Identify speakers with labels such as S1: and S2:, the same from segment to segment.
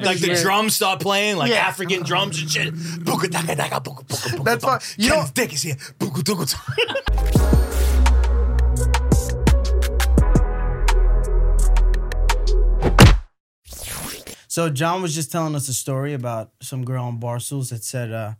S1: like the
S2: hear-
S1: drums start playing, like
S2: Yeah.
S1: African drums and shit. Buka daka daka buka buka buka.
S2: That's
S1: buka.
S2: why- you know-
S1: Ken's dick is here. Buka duka. duka.
S3: So John was just telling us a story about some girl on barstools that said uh,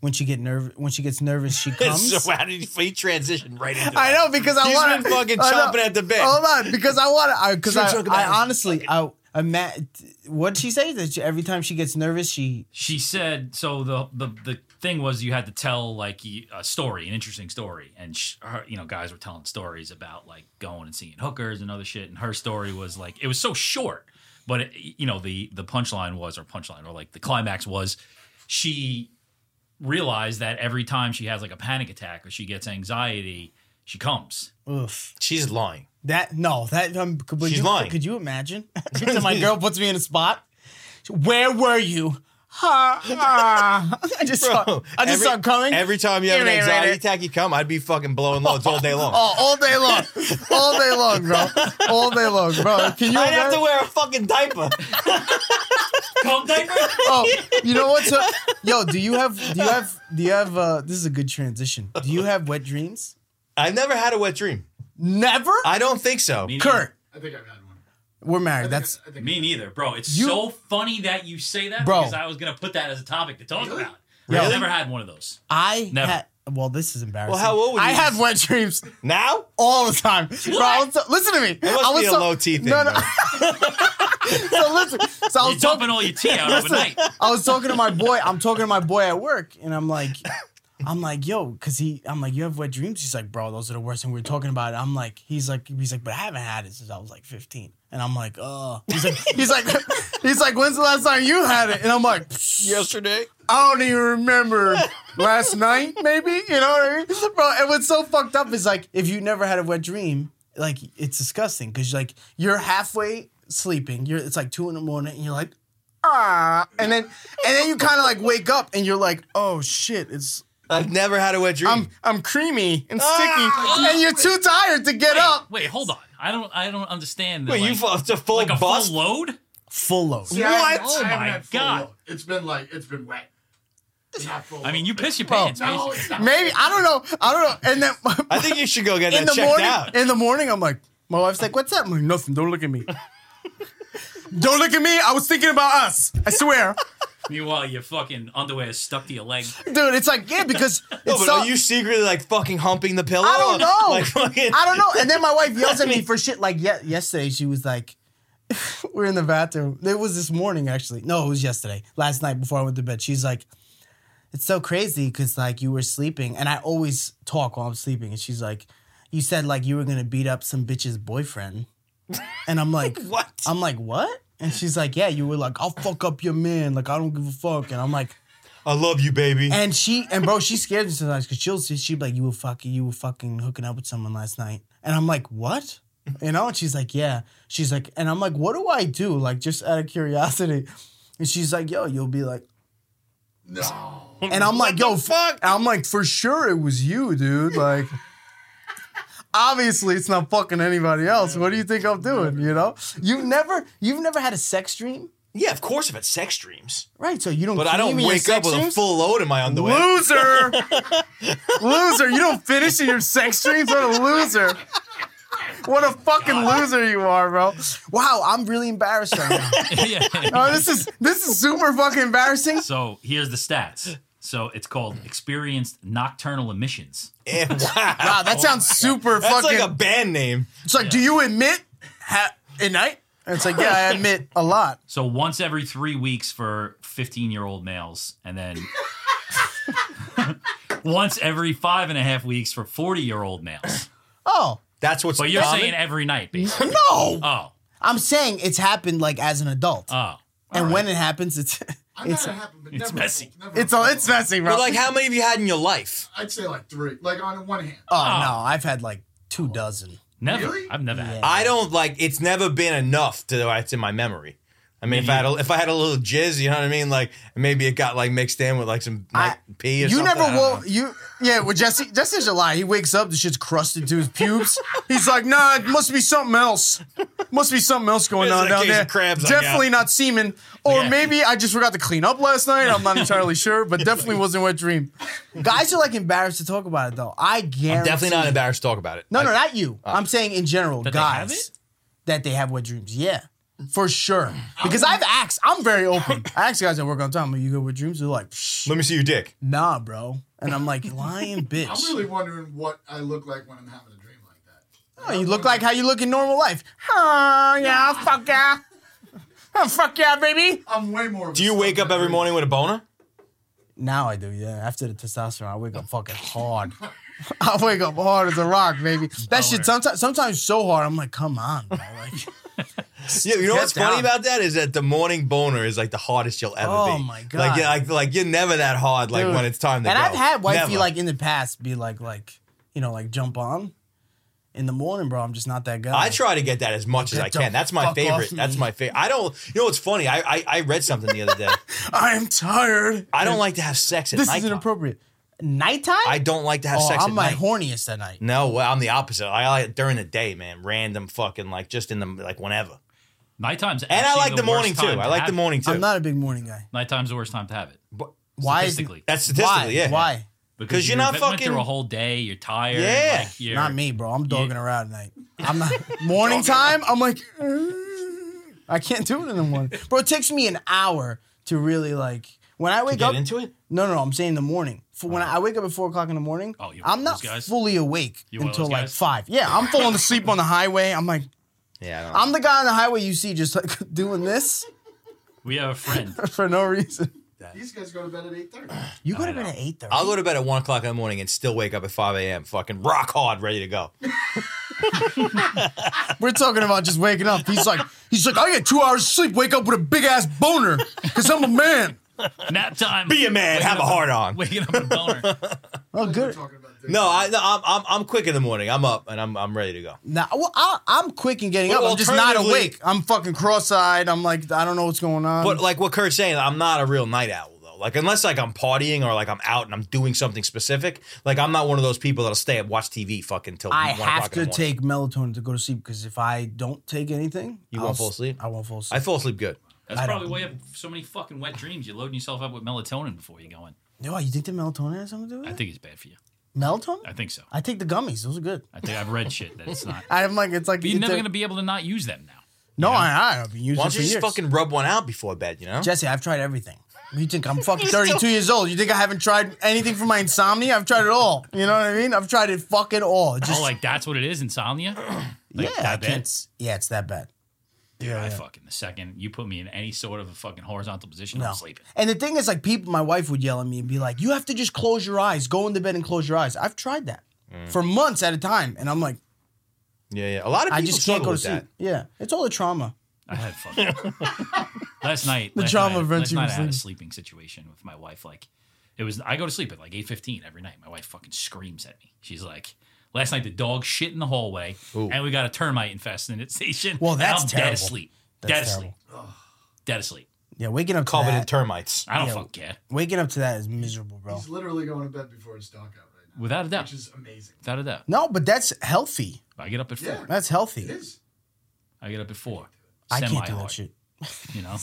S3: when she get nerv- when she gets nervous, she comes.
S1: so how did he transition right into?
S2: I
S1: that?
S2: know because I
S1: He's
S2: want to
S1: been fucking chomping at the bit.
S2: Hold on, because I want to. Because
S1: Sure,
S2: I,
S1: chomping
S2: I,
S1: at it.
S2: honestly, I, I mad.
S3: What'd she say? That she- every time she gets nervous, she
S4: she said so the, the the thing was you had to tell like y- a story an interesting story and sh her, you know guys were telling stories about like going and seeing hookers and other shit and her story was like it was so short but it, you know the the punchline was or punchline or like the climax was she realized that every time she has like a panic attack or she gets anxiety she comes
S3: oof.
S1: She's lying.
S3: That no, that um, could, would
S1: She's
S3: you,
S1: lying.
S3: Could you imagine? Every time my girl puts me in a spot, where were you? Ha, ha. I just saw, I just
S1: every,
S3: saw it coming.
S1: Every time you have an
S3: Give me a minute.
S1: anxiety attack, you come. I'd be fucking blowing loads all day long.
S2: Oh, all day long, all day long, bro, all day long, bro. Can you?
S1: I'd have
S2: imagine-
S1: to wear a fucking diaper.
S4: Come, diaper?
S2: Oh,
S3: you know what? So, yo, do you have do you have do you have uh, this is a good transition. Do you have wet dreams?
S1: I've never had a wet dream.
S3: Never,
S1: I don't think so.
S4: Me neither.
S3: Kurt.
S5: I think I've had one.
S3: We're married. That's
S5: I think
S4: me neither bro it's
S3: You-
S4: so funny that you say that
S3: Bro.
S4: because i was gonna put that as a topic to talk about
S1: Really?
S4: i've never had one of those
S3: I
S4: Never.
S3: had- well, this is embarrassing.
S1: Well, how old were you?
S3: I have wet dreams
S1: Now?
S3: all the time. Bro, I
S4: What?
S3: was so- listen to me.
S1: It must
S3: I was
S1: be a
S3: so-
S1: low T thing.
S3: No, no.
S1: bro.
S3: So listen. So I
S4: You're
S3: was talking.
S4: dumping all your tea out overnight.
S3: I was talking to my boy. I'm talking to my boy at work, and I'm like, I'm like, yo, because he, I'm like, you have wet dreams. He's like, bro, those are the worst. And we were talking about it. I'm like, he's like, he's like, but I haven't had it since I was like 15. And I'm like, uh. He's like, he's like, he's like, when's the last time you had it? And I'm like,
S1: Yesterday.
S2: I don't even remember last night, maybe. You know what I mean, bro? And what's so fucked up is like,
S3: if you never had a wet dream, like it's disgusting because like you're halfway sleeping. You're it's like two in the morning, and you're like,
S2: ah,
S3: and then and then you kind of like wake up and you're like, oh shit, it's
S1: I've never had a wet dream.
S3: I'm I'm creamy and sticky,
S1: Ah!
S3: and you're too tired to get up.
S4: Wait, hold on. I don't. I don't understand. the,
S1: Wait, you
S4: like,
S1: fu- it's a full
S4: like a
S1: bust?
S4: full load?
S3: Full load.
S5: Yeah, I haven't-
S1: What?
S5: I haven't
S4: Oh my
S5: had full
S4: God.
S5: load. It's been like it's been wet. It's not full
S4: I mean,
S5: load.
S4: you piss your pants.
S5: No,
S4: basically.
S5: it's not.
S3: Maybe I don't know. I don't know. And then
S1: I think you should go get
S3: in
S1: that
S3: the
S1: checked
S3: morning,
S1: out.
S3: in the morning, I'm like, my wife's like, "What's up?" I'm like, "Nothing. Don't look at me. don't look at me. I was thinking about us. I swear,
S4: Meanwhile, your fucking underwear is stuck to your leg.
S3: dude. It's like yeah, because it's
S1: No, but
S3: so-
S1: are you secretly like fucking humping the pillow?
S3: I don't know.
S1: Like fucking.
S3: I don't know. And then my wife yells at me for shit. Like ye- yesterday, she was like, we "We're in the bathroom." It was this morning, actually. No, it was yesterday. Last night before I went to bed, she's like, "It's so crazy because like you were sleeping, and I always talk while I'm sleeping." And she's like, "You said like you were gonna beat up some bitch's boyfriend," and I'm like,
S1: What?
S3: I'm like, "What?" And she's like, "Yeah, you were like, I'll fuck up your man. Like I don't give a fuck." And I'm like.
S1: I love you, baby.
S3: And she and bro, she scares me sometimes because she'll see she'd be like, "You were fucking, you were fucking hooking up with someone last night," and I'm like, "What?" You know? And she's like, "Yeah." She's like, and I'm like, "What do I do?" Like just out of curiosity, and she's like, "Yo, you'll be like,"
S5: No.
S3: and I'm like, "Yo,
S1: fuck?
S3: And I'm like, "For sure, it was you, dude." Like. Obviously, it's not fucking anybody else. What do you think I'm doing? You know, you've never, you've never had a sex dream,
S1: yeah, of course I've had sex dreams,
S3: right? So you don't.
S1: but I don't
S3: dream in your
S1: wake up
S3: sex
S1: with a
S3: dreams?
S1: full load in my underwear.
S3: Loser! loser, you don't finish in your sex dreams? What a loser. What a fucking loser you are, bro. Wow, I'm really embarrassed right now.
S4: yeah.
S3: Oh, this is this is super fucking embarrassing.
S4: So here's the stats. So it's called experienced nocturnal emissions.
S1: Yeah, wow,
S3: Wow, that sounds super
S1: Oh that's
S3: fucking
S1: like a band name.
S3: It's like, do you admit ha- at night? And it's like, yeah, I admit a lot.
S4: So once every three weeks for 15 year old males, and then once every five and a half weeks for 40 year old males.
S3: Oh.
S1: That's what's.
S4: But you're
S1: common.
S4: saying every night, basically.
S3: No.
S4: Oh,
S3: I'm saying it's happened like as an adult.
S1: Uh,
S4: oh.
S3: and when it happens, it's
S5: I've
S3: it's
S5: had it happen, but
S4: it's
S5: never
S4: messy.
S5: full- never
S3: it's
S5: full
S3: all it's
S5: load.
S3: messy, bro.
S1: But like, how many have you had in your life?
S5: I'd say like three. Like on one hand.
S3: oh no, I've had like two dozen.
S4: Never.
S5: Really?
S4: I've never had.
S3: Yeah.
S4: it.
S1: I don't like. It's never been enough to. It's in my memory. I mean, if I had a, if I had a little jizz, you know what I mean? Like maybe it got like mixed in with like some like,
S3: I-
S1: pee or
S3: You
S1: something.
S3: never
S1: I don't
S3: will.
S1: know.
S3: You yeah. Well, Jesse, Jesse's a lie. He wakes up, the shit's crusted to his pubes. He's like, nah, it must be something else. Must be something else going
S1: It's
S3: on
S1: a
S3: down
S1: case of
S3: there.
S1: crabs I
S3: definitely
S1: got.
S3: not semen, or
S1: Yeah.
S3: maybe I just forgot to clean up last night. I'm not entirely sure, but definitely wasn't wet dream. Guys are like embarrassed to talk about it though. I guarantee.
S1: I'm definitely not embarrassed to talk about it.
S3: No, no,
S1: Like,
S3: not you. I'm saying in general,
S4: That they
S3: guys
S4: have it?
S3: that they have wet dreams. Yeah, for sure. Because I've asked. I'm very open. I ask guys at work all the time, "Are you good with dreams?" They're like, Psh,
S1: Let me see your dick.
S3: "Nah, bro." And I'm like, lying bitch.
S5: I'm really wondering what I look like when I'm having a dream like that.
S3: Oh, you look like how you look in normal life. Oh, yeah, fuck yeah. Oh, fuck yeah, baby.
S5: I'm way more. Of
S1: Do you wake up every morning with a boner?
S3: Now I do, yeah. After the testosterone, I wake up fucking hard. I wake up hard as a rock, baby. That shit sometimes sometimes so hard. I'm like, come on, bro. Like,
S1: Yeah, you know
S3: Get
S1: what's funny
S3: down.
S1: about that is that the morning boner is like the hardest you'll ever
S3: Oh,
S1: be.
S3: my
S1: Like
S3: God.
S1: you're, like like you're never that hard. Like
S3: dude.
S1: when it's time to
S3: And
S1: go.
S3: I've had wifey
S1: Never.
S3: like in the past be like, like, you know, like jump on in the morning, bro. I'm just not that guy.
S1: I try to get that as much as
S3: Get
S1: I
S3: the
S1: can. That's my
S3: fuck
S1: favorite.
S3: off me.
S1: That's my favorite. I don't. You know what's funny? I I, I read something the other day.
S3: I am tired.
S1: I don't like to have sex at
S3: This
S1: night.
S3: is inappropriate. Nighttime?
S1: I don't like to have
S3: oh,
S1: sex
S3: I'm
S1: at
S3: my
S1: night.
S3: horniest at night.
S1: no, well, I'm the opposite. I like it during the day, man. Random fucking like just in the like whenever.
S4: Nighttime's
S1: And I
S4: actually
S1: like the,
S4: worst
S1: morning too.
S4: time to
S1: I like
S4: have
S1: the
S4: it.
S1: morning too.
S3: I'm not a big morning guy.
S4: Nighttime's the worst time to have it.
S1: But-
S3: Why is
S4: Statistically.
S1: that's
S3: why?
S1: statistically, yeah.
S3: Why?
S1: Because you're not
S4: went through
S1: fucking-
S4: a whole day. You're tired.
S1: Yeah.
S4: like, you're,
S3: Not me, bro. I'm dogging her out at night. I'm not morning time. I'm like, I can't do it in the morning, bro. It takes me an hour to really like when I wake
S1: Get
S3: up.
S1: into it.
S3: no, no, I'm saying in the morning. For when I wake up at four o'clock in the morning,
S4: Uh-huh. Oh, you one
S3: I'm
S4: of
S3: not
S4: those guys?
S3: fully awake
S4: You one of
S3: until
S4: those
S3: like
S4: guys?
S3: five. Yeah, I'm falling asleep on the highway. I'm like,
S1: Yeah. I don't know.
S3: I'm the guy on the highway you see just like doing this
S4: We have a friend.
S3: for no reason.
S5: These guys go to bed at eight thirty.
S3: You go to bed
S4: know.
S3: at eight thirty.
S1: I'll go to bed at one o'clock in the morning and still wake up at five a.m. Fucking rock hard, ready to go.
S3: We're talking about just waking up. He's like, he's like, I get two hours of sleep, wake up with a big ass boner, cause I'm a man.
S4: Nap time.
S1: Be a man,
S4: Waking
S1: have a
S4: up-
S1: hard on.
S4: Waking up a boner.
S3: Oh, good.
S5: Talking about this.
S1: No, I, no, I'm, I'm I'm quick in the morning. I'm up and I'm I'm ready to go.
S3: Nah, well, I, I'm quick in getting
S1: Well,
S3: up. I'm just not
S1: alternatively-
S3: awake. I'm fucking cross-eyed. I'm like, I don't know what's going on.
S1: But like what Kurt's saying, I'm not a real night owl though. Like unless like I'm partying or like I'm out and I'm doing something specific, like I'm not one of those people that'll stay up watch TV fucking till
S3: I
S1: 1
S3: have
S1: o'clock in
S3: to
S1: the morning.
S3: take melatonin to go to sleep because if I don't take anything,
S1: You
S3: I'll
S1: won't fall
S3: s-
S1: asleep?
S3: I won't fall
S1: I
S3: asleep.
S1: fall asleep good.
S4: That's
S3: I
S4: probably
S3: don't-
S4: why you have so many fucking wet dreams. You're loading yourself up with melatonin before you go in.
S3: no, you think the melatonin has something to do with it?
S4: I think it's bad for you.
S3: melatonin?
S4: I think so.
S3: I take the gummies. Those are good.
S4: I think I've read shit that it's not.
S3: I'm like, it's like
S4: But you're
S3: it's
S4: never
S3: a-
S4: gonna be able to not use them now.
S3: No, I, I have been using
S1: Why
S3: it
S1: don't
S3: for
S1: you just
S3: years.
S1: fucking rub one out before bed? You know.
S3: Jesse, I've tried everything. You think I'm fucking 32 years old? You think I haven't tried anything for my insomnia? I've tried it all. You know what I mean? I've tried it fucking all. Just
S4: Oh, like that's what it is, insomnia. Like,
S3: yeah, I
S4: that bad?
S3: can't s- yeah, it's that bad.
S4: I fucking the second you put me in any sort of a fucking horizontal position,
S3: No.
S4: I'm sleeping.
S3: And the thing is, like, people, my wife would yell at me and be like, "You have to just close your eyes, go into bed and close your eyes." I've tried that for months at a time, and I'm like,
S1: Yeah, yeah. A lot of people
S3: I just can't
S1: struggle
S3: go to
S1: with
S3: sleep.
S1: that.
S3: Yeah, it's all the trauma.
S4: I had fucking last night. The last
S3: trauma
S4: night,
S3: of
S4: last
S3: you
S4: night I had
S3: sleeping.
S4: a sleeping situation with my wife. Like it was, I go to sleep at like eight fifteen every night. My wife fucking screams at me. She's like. Last night the dog shit in the hallway, and we got a termite infestation.
S3: Well,
S4: and
S3: that's
S4: I'm dead
S3: terrible.
S4: asleep.
S3: That's
S4: dead
S3: terrible.
S4: asleep. Dead asleep.
S3: Yeah, waking up to
S1: Covered in
S3: that,
S1: termites.
S4: I don't
S3: Yeah.
S4: fucking care.
S3: waking up to that is miserable, bro.
S5: He's literally going to bed before it's dark out right now,
S4: Without a doubt.
S5: which is amazing.
S4: Without a doubt.
S3: No, but that's healthy.
S4: I get up at
S5: Yeah.
S4: four.
S3: That's
S5: It
S3: healthy.
S5: is.
S4: I get up at four.
S3: I can't do
S4: Semi-hard,
S3: that shit.
S4: You know?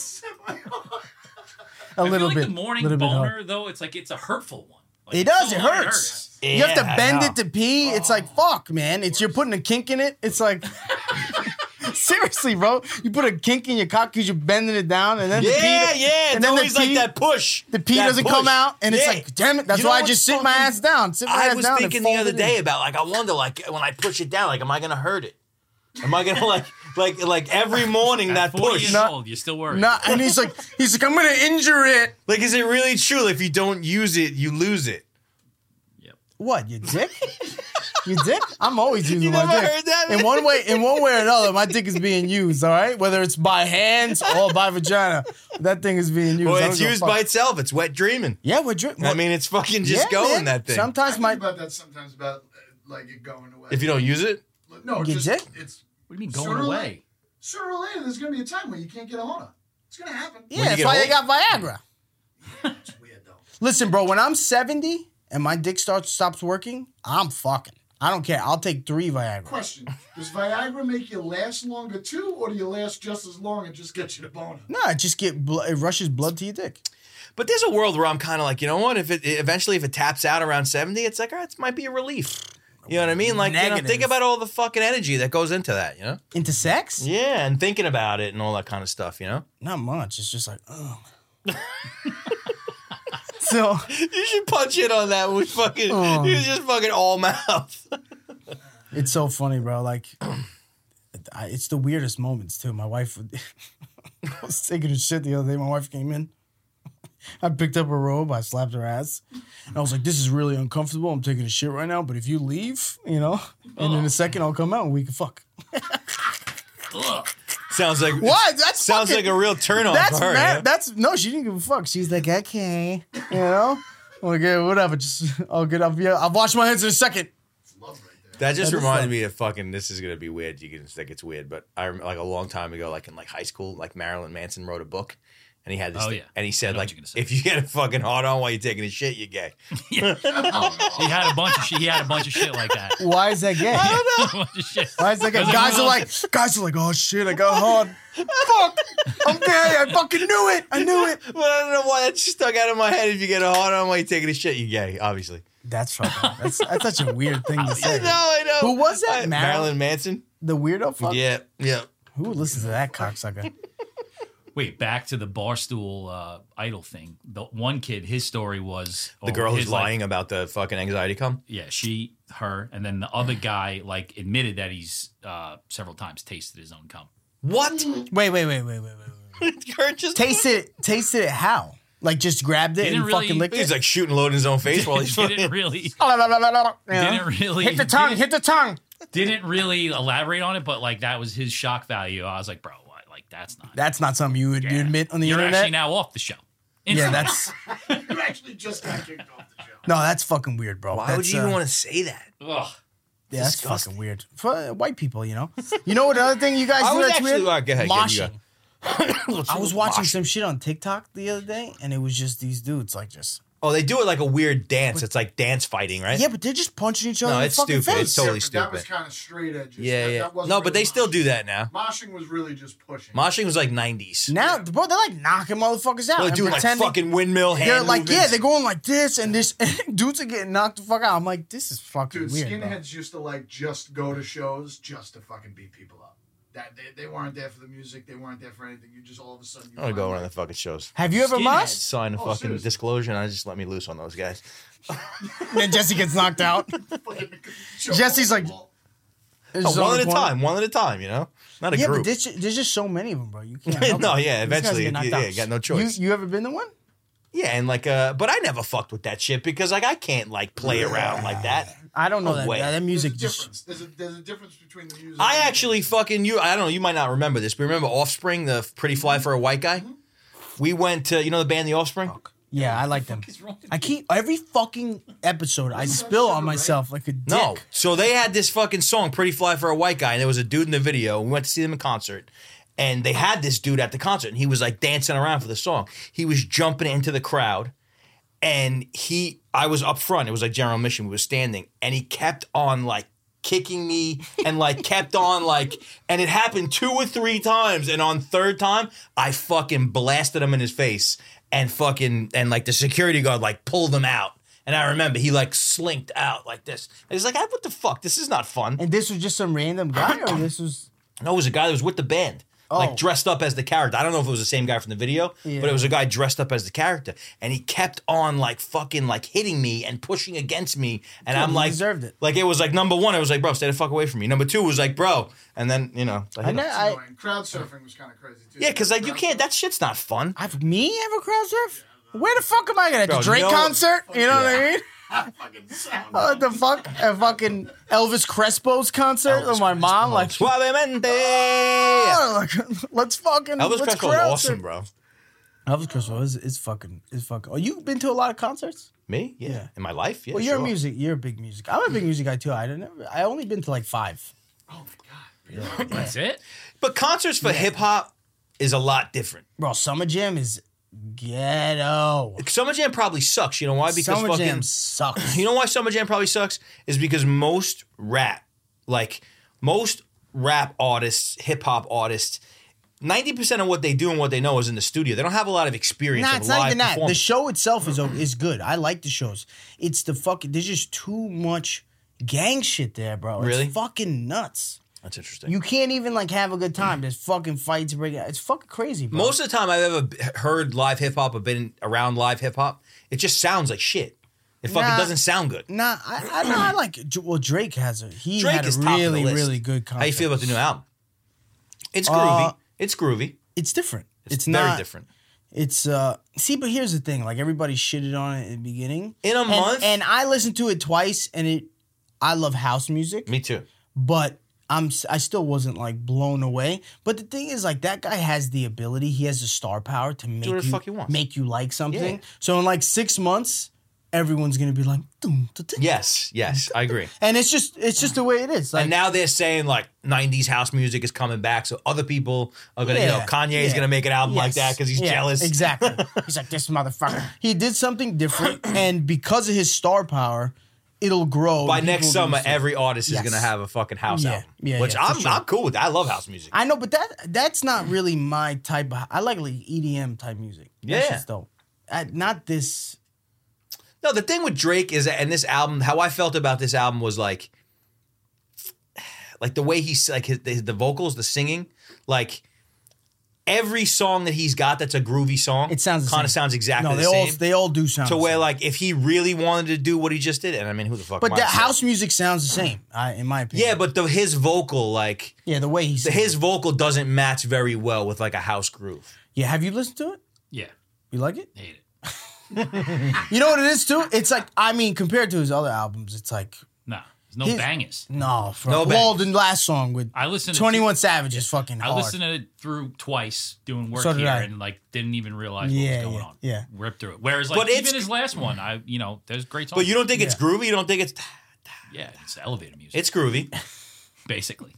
S3: A
S4: I feel
S3: little
S4: like
S3: bit.
S4: the morning
S3: little bit hard.
S4: boner, though, it's like it's a hurtful one. Like,
S3: It
S4: it's
S3: does.
S4: so
S3: It
S4: hard,
S3: hurts. You have to
S1: Yeah, I
S3: bend
S1: know.
S3: it to pee. It's like fuck, man. It's you're putting a kink in it. It's like seriously, bro. You put a kink in your cock because you're bending it down, and then the
S1: Yeah,
S3: pee,
S1: yeah.
S3: and
S1: It's
S3: then the
S1: always like
S3: pee-
S1: that push.
S3: The pee
S1: That
S3: doesn't
S1: push.
S3: come out, and it's
S1: Yeah.
S3: like, damn it. That's
S1: You know
S3: why I
S1: what's
S3: just sit my
S1: fucking-
S3: ass down. Sit my
S1: I
S3: ass
S1: was
S3: down and
S1: thinking the
S3: fold
S1: other
S3: it
S1: day
S3: in.
S1: about like I wonder like when I push it down like am I gonna hurt it? Am I gonna like like like every morning that
S4: At 40
S1: push?
S4: years old, you're still worried.
S3: Nah, and he's like, he's like, I'm gonna injure it.
S1: Like is it really true? If you don't use it, you lose it.
S3: What, your dick? your dick? I'm always using
S1: You
S3: my
S1: never
S3: dick.
S1: heard that?
S3: In one way, in one way or another, my dick is being used. All right, whether it's by hands or by vagina, that thing is being used.
S1: Well,
S3: I don't
S1: it's
S3: give a
S1: used
S3: fuck.
S1: by itself. It's wet dreaming.
S3: Yeah, we're drinking.
S1: I mean, it's fucking just
S3: yeah,
S1: going
S3: man.
S1: that thing.
S5: I
S3: Sometimes
S5: think
S3: my
S5: about that sometimes about uh, like it going away.
S1: if you don't use it,
S5: no,
S3: You
S5: just
S3: dick?
S5: it's
S4: What do you mean going
S5: Sooner or
S4: away?
S5: later- sooner or later there's going to be a time when you can't get a hold of. It's gonna happen.
S3: Yeah,
S1: you
S3: that's
S1: get
S3: why they
S1: old?
S3: got Viagra.
S5: It's weird though.
S3: Listen, bro, when I'm 70 and my dick starts stops working, I'm fucking. I don't care. I'll take three Viagra.
S5: Question: Does Viagra make you last longer too, or do you last just as long and just get you the boner?
S3: No, it just get bl- it rushes blood to your dick.
S1: But there's a world where I'm kind of like, you know what? If it eventually, if it taps out around 70, it's like, all right, it might be a relief. You know what I mean? Like, you know, think
S3: Negative.
S1: about all the fucking energy that goes into that, you know?
S3: Into sex?
S1: Yeah, and thinking about it and all that kind of stuff, you know?
S3: Not much. It's just like, oh. so
S1: You should punch in on that. We fucking,
S3: Oh.
S1: you just fucking all mouth.
S3: it's so funny, bro. Like, I, it's the weirdest moments too. My wife, would, I was taking a shit the other day. My wife came in. I picked up her robe. I slapped her ass, and I was like, "This is really uncomfortable. I'm taking a shit right now. But if you leave, you know, and in a second I'll come out and we can fuck."
S4: Ugh.
S1: Sounds like
S3: What? That's
S1: Sounds
S3: fucking-
S1: like a real turn on
S3: That's
S1: for her.
S3: mad-
S1: yeah?
S3: that's no. She didn't give a fuck. She's like, okay, you know, okay, whatever. Just I'll get up. Yeah, I'll wash my hands in a second.
S5: It's love right there.
S1: That just
S3: That is
S1: reminds
S3: fun.
S1: me of fucking. This is gonna be weird. You can think it's weird, but I remember like a long time ago, like in like high school, like Marilyn Manson wrote a book, and he had this.
S4: Oh,
S1: thing-
S4: yeah.
S1: and he
S4: I
S1: said
S4: know what
S1: like,
S4: you're gonna say.
S1: if you get a fucking hard on while you're taking a shit, you're gay.
S4: He had a bunch of shit. He had a bunch of shit like that.
S3: Why is that gay?
S4: A bunch of shit.
S3: Why is that gay?
S4: Because
S3: Guys
S4: everyone
S3: are like, guys are like, oh shit, I got hard. Fuck, I'm gay. I fucking knew it. I knew it.
S1: But I don't know why that just stuck out of my head. If you get a hard on while you're taking a shit, you're gay. Obviously.
S3: That's fucking. That's that's such a weird thing to
S1: I
S3: say.
S1: know. I know.
S3: Who was that?
S1: I-
S3: Marilyn-
S1: Marilyn Manson.
S3: The weirdo fuck.
S1: Yeah. Yeah.
S3: Who listens to that cocksucker?
S4: Wait, back to the barstool uh, idol thing. The one kid, his story was oh,
S1: The girl who's
S4: his, like,
S1: lying about the fucking anxiety come.
S4: yeah, she, her, and then the other guy like admitted that he's uh, several times tasted his own cum.
S1: What?
S3: Wait, wait, wait, wait, wait, wait. wait.
S1: Kurt just.
S3: Tasted it. Tasted it. How? Like just grabbed it
S4: Didn't
S3: and
S4: really-
S3: fucking licked
S1: He's
S3: it.
S1: like shooting load in his own face while he's
S4: didn't
S1: fucking.
S4: really,
S3: Didn't
S4: didn't really
S3: hit the tongue.
S4: didn't-
S3: Hit the tongue.
S4: didn't really elaborate on it, but like that was his shock value. I was like, bro, what? like that's not.
S3: That's not something you would
S4: yeah.
S3: admit on the
S4: You're
S3: internet.
S4: actually now off the show.
S3: yeah,
S4: Instantly.
S3: that's
S5: You actually just got kicked off the show.
S3: no, that's fucking weird, bro.
S1: Why would
S3: That's,
S1: you even
S3: uh,
S1: want to say that?
S4: Ugh.
S3: Yeah, that's fucking weird. For uh, white people, you know. You know what other thing you guys
S1: I
S3: do
S1: was
S3: that's
S1: actually-
S3: weird?
S1: all right, go ahead, go- you
S3: Moshing. I was watching some shit on TikTok the other day, and it was just these dudes like just
S1: Oh, they do it like a weird dance. It's like dance fighting, right?
S3: yeah, but they're just punching each other.
S1: No,
S3: in the
S1: it's
S3: fucking
S1: stupid.
S3: Face.
S1: It's totally
S5: Yeah, but That was
S1: stupid.
S5: kind of straight edges.
S1: Yeah,
S5: That-
S1: yeah.
S5: that wasn't
S1: no, but
S5: really
S1: they still
S5: moshing.
S1: do that now.
S5: Moshing was really just pushing.
S1: Moshing was like 90s.
S3: now, bro, they're like knocking motherfuckers out.
S1: They're
S3: and
S1: doing like
S3: pretending-
S1: fucking windmill hand
S3: They're like, yeah,
S1: movements.
S3: they're going like this and this. And dudes are getting knocked the fuck out. I'm like, this is fucking
S5: Dude,
S3: weird. bro.
S5: skinheads used to like just go to shows just to fucking beat people up. That they, they weren't there for the music, they weren't there for anything. You just all of a sudden. You
S1: I don't
S5: find
S1: go around
S5: out-
S1: the fucking shows.
S3: Have you ever
S4: Skinheads.
S3: moshed?
S1: Sign a
S5: Oh,
S1: fucking
S5: seriously.
S1: disclosure and I just let me loose on those guys.
S3: Then Jesse gets knocked out.
S5: fucking show
S3: Jesse's
S5: on the
S3: like-
S5: wall.
S1: No, one at a time, one at a time, you know? Not a
S3: Yeah, but
S1: group.
S3: there's, ju- there's just so many of them, bro. You can't. help
S1: No,
S3: it.
S1: yeah,
S3: These guys
S1: eventually,
S3: get knocked
S1: yeah,
S3: out.
S1: you got no choice.
S3: You, you ever been to one?
S1: yeah, and like uh but I never fucked with that shit because like I can't like play around like that.
S3: I don't know
S1: No
S3: that.
S1: way.
S3: That
S5: There's a
S3: music just.
S5: difference. There's a, there's a difference between the music.
S1: I
S5: and-
S1: actually fucking you. I don't know. You might not remember this, but remember Offspring, the pretty fly for a white guy. We went to you know the band The Offspring.
S3: Yeah, I like them.
S4: What's wrong with
S3: I keep every fucking episode. I spill on myself like a dick.
S1: No. So they had this fucking song, Pretty Fly for a White Guy, and there was a dude in the video. We went to see them in concert. And they had this dude at the concert, and he was like dancing around for the song. He was jumping into the crowd, and he, I was up front. It was like general mission. We were standing, and he kept on like kicking me, and like kept on like, and it happened two or three times. And on third time, I fucking blasted him in his face, and fucking, and like the security guard like pulled him out. And I remember he like slinked out like this. And he's like, "Ah, "What the fuck? This is not fun."
S3: And this was just some random guy, or this was
S1: No, it was a guy that was with the band. Like
S3: Oh.
S1: dressed up as the character. I don't know if it was the same guy from the video, but
S3: Yeah.
S1: it was a guy dressed up as the character. And he kept on like fucking like hitting me and pushing against me. And
S3: Good,
S1: I'm
S3: he
S1: like
S3: deserved it.
S1: Like it was like number one, it was like, bro, stay the fuck away from me. Number two was like, bro. And then, you know, I hit
S3: I know.
S1: him.
S3: I,
S5: Annoying. crowd surfing was kind of crazy too.
S1: Yeah, because like you
S5: Crowd
S1: can't
S5: surfing.
S1: that shit's not fun.
S3: I've me ever crowd surf? Where the fuck am I gonna at
S1: Bro,
S3: the Drake
S1: no-
S3: concert? You know what I mean?
S5: That fucking sound.
S3: What the fuck? A fucking Elvis Crespo's concert with my mom? Like, oh,
S1: Suavemente.
S3: like, let's fucking
S1: Elvis
S3: let's
S1: Crespo was
S3: crowd
S1: awesome,
S3: surf.
S1: bro.
S3: Elvis Crespo is, is fucking is fucking. Oh, you've been to a lot of concerts?
S1: Me? Yeah.
S3: Yeah.
S1: In my life? Yeah.
S3: Well, you're a
S1: sure.
S3: music. You're a big music. I'm a big music guy too. I don't. know. I only been to like five.
S5: Oh my god. Really?
S4: That's it.
S1: But concerts for hip hop, is a lot different.
S3: Bro, Summer Jam is ghetto.
S1: Summer Jam probably sucks. You know why? Because
S3: Summer
S1: fucking
S3: Jam sucks.
S1: You know why Summer Jam probably sucks? Is because most rap, like most rap artists, hip hop artists, ninety percent of what they do and what they know is in the studio. They don't have a lot of experience.
S3: Nah,
S1: of
S3: it's
S1: live
S3: not even that. The
S1: performance.
S3: show itself is o- is good. I like the shows. It's the fucking. There's just too much gang shit there, bro.
S1: Really?
S3: It's fucking nuts.
S1: That's interesting.
S3: You can't even like have a good time. There's fucking fights breaking. out. It's fucking crazy, bro.
S1: most of the time I've ever b- heard live hip hop or been around live hip hop, it just sounds like shit. It fucking
S3: Nah.
S1: doesn't sound good.
S3: nah, I, I, nah, I like. Dr- Well, Drake has a he
S1: Drake
S3: had a
S1: is top of the
S3: really
S1: list.
S3: really good. Concept.
S1: How you feel about the new album? It's
S3: Uh,
S1: groovy. it's groovy.
S3: It's different. It's,
S1: It's, very
S3: not,
S1: different.
S3: It's uh. See, but here's the thing. Like everybody shitted on it in the beginning.
S1: In a
S3: and,
S1: month?
S3: and I listened to it twice, and it. I love house music.
S1: Me too.
S3: but I'm s- I still wasn't like blown away. But the thing is, like that guy has the ability, he has the star power to make
S1: whatever the
S3: you
S1: fuck he wants.
S3: make you like something.
S1: Yeah.
S3: So in like six months, everyone's gonna be like, "Dum, da, da."
S1: Yes, yes, I agree.
S3: and it's just it's just the way it is. Like
S1: and now they're saying like 90s house music is coming back so other people are gonna you know
S3: Yeah,
S1: kanye is
S3: yeah.
S1: gonna make an album like
S3: Yes.
S1: that because he's
S3: Yeah,
S1: jealous
S3: Exactly. he's like this motherfucker. He did something different, and because of his star power, it'll grow
S1: by
S3: and
S1: next
S3: people will
S1: summer
S3: see.
S1: every artist
S3: Yes.
S1: is gonna have a fucking house
S3: Yeah,
S1: album
S3: yeah,
S1: which
S3: yeah, for
S1: I'm,
S3: sure.
S1: I'm cool with that. i love house music
S3: I know, but that that's not really my type. Of, I like like EDM type music. That
S1: Yeah.
S3: shit's dope. I, not this
S1: no the thing with drake is and this album how i felt about this album was like like the way he's like his, the vocals the singing like every song that he's got that's a groovy song
S3: It sounds the
S1: kind of
S3: same.
S1: sounds exactly
S3: No,
S1: the
S3: they all
S1: same
S3: they all do sound
S1: to
S3: the
S1: where
S3: same.
S1: like if he really wanted to do what he just did and i mean who the fuck am
S3: But
S1: I
S3: the
S1: to say?
S3: house music sounds the same, I, in my opinion.
S1: Yeah, but the his vocal like
S3: yeah, the way he
S1: the,
S3: sings.
S1: his vocal doesn't match very well with like a house groove.
S3: yeah, have you listened to it?
S4: Yeah,
S3: You like it?
S4: hate it.
S3: You know what it is too? It's like I mean, compared to his other albums, it's like
S4: Nah, there's no
S3: His-
S4: bangers.
S3: no, for,
S1: No
S3: well, the last song with
S4: I listened to-
S3: Twenty One Savage is fucking
S4: I
S3: hard.
S4: listened to it through twice doing work
S3: So did
S4: here
S3: I.
S4: and like didn't even realize what
S3: Yeah,
S4: was going
S3: yeah,
S4: on.
S3: yeah.
S4: ripped through it. Whereas like
S1: But it's-
S4: even his last one, I you know there's great songs.
S1: But you don't think it's
S3: Yeah.
S1: groovy? You don't think it's
S4: yeah, it's elevator music.
S1: it's groovy?
S4: basically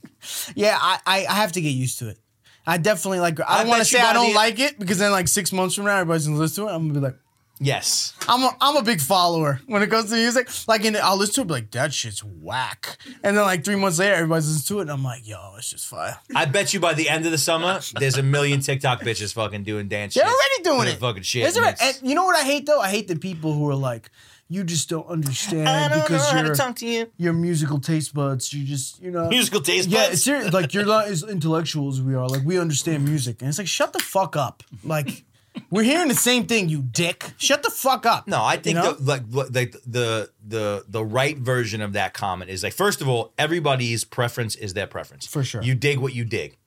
S3: yeah, I, I I have to get used to it. I definitely like. I
S1: bet
S3: don't want
S1: you
S3: to say
S1: by
S3: I don't
S1: the-
S3: like it because then like six months from now, everybody's gonna listen to it. I'm gonna be like,
S1: Yes.
S3: I'm a, I'm a big follower when it comes to music. Like, and I'll listen to it, be like, that shit's whack. And then like three months later, everybody's listening to it, and I'm like, yo, it's just fire.
S1: I bet you by the end of the summer, there's a million TikTok bitches fucking doing dance.
S3: They're
S1: shit.
S3: already doing
S1: They're
S3: it.
S1: Fucking shit.
S3: Isn't
S1: and
S3: it?
S1: it's-
S3: And you know what I hate though? I hate the people who are like, you just don't understand
S1: I don't know
S3: because
S1: how to
S3: your
S1: talk to you.
S3: your musical taste buds, you just you know.
S1: Musical taste
S3: yeah,
S1: buds.
S3: seriously, like you're not as intellectual as we are. Like we understand music, and it's like shut the fuck up. Like we're hearing the same thing, you dick. Shut the fuck up.
S1: No, I think
S3: You know?
S1: the, like what- like the the the right version of that comment is like first of all, everybody's preference is their preference.
S3: For sure.
S1: You dig what you dig.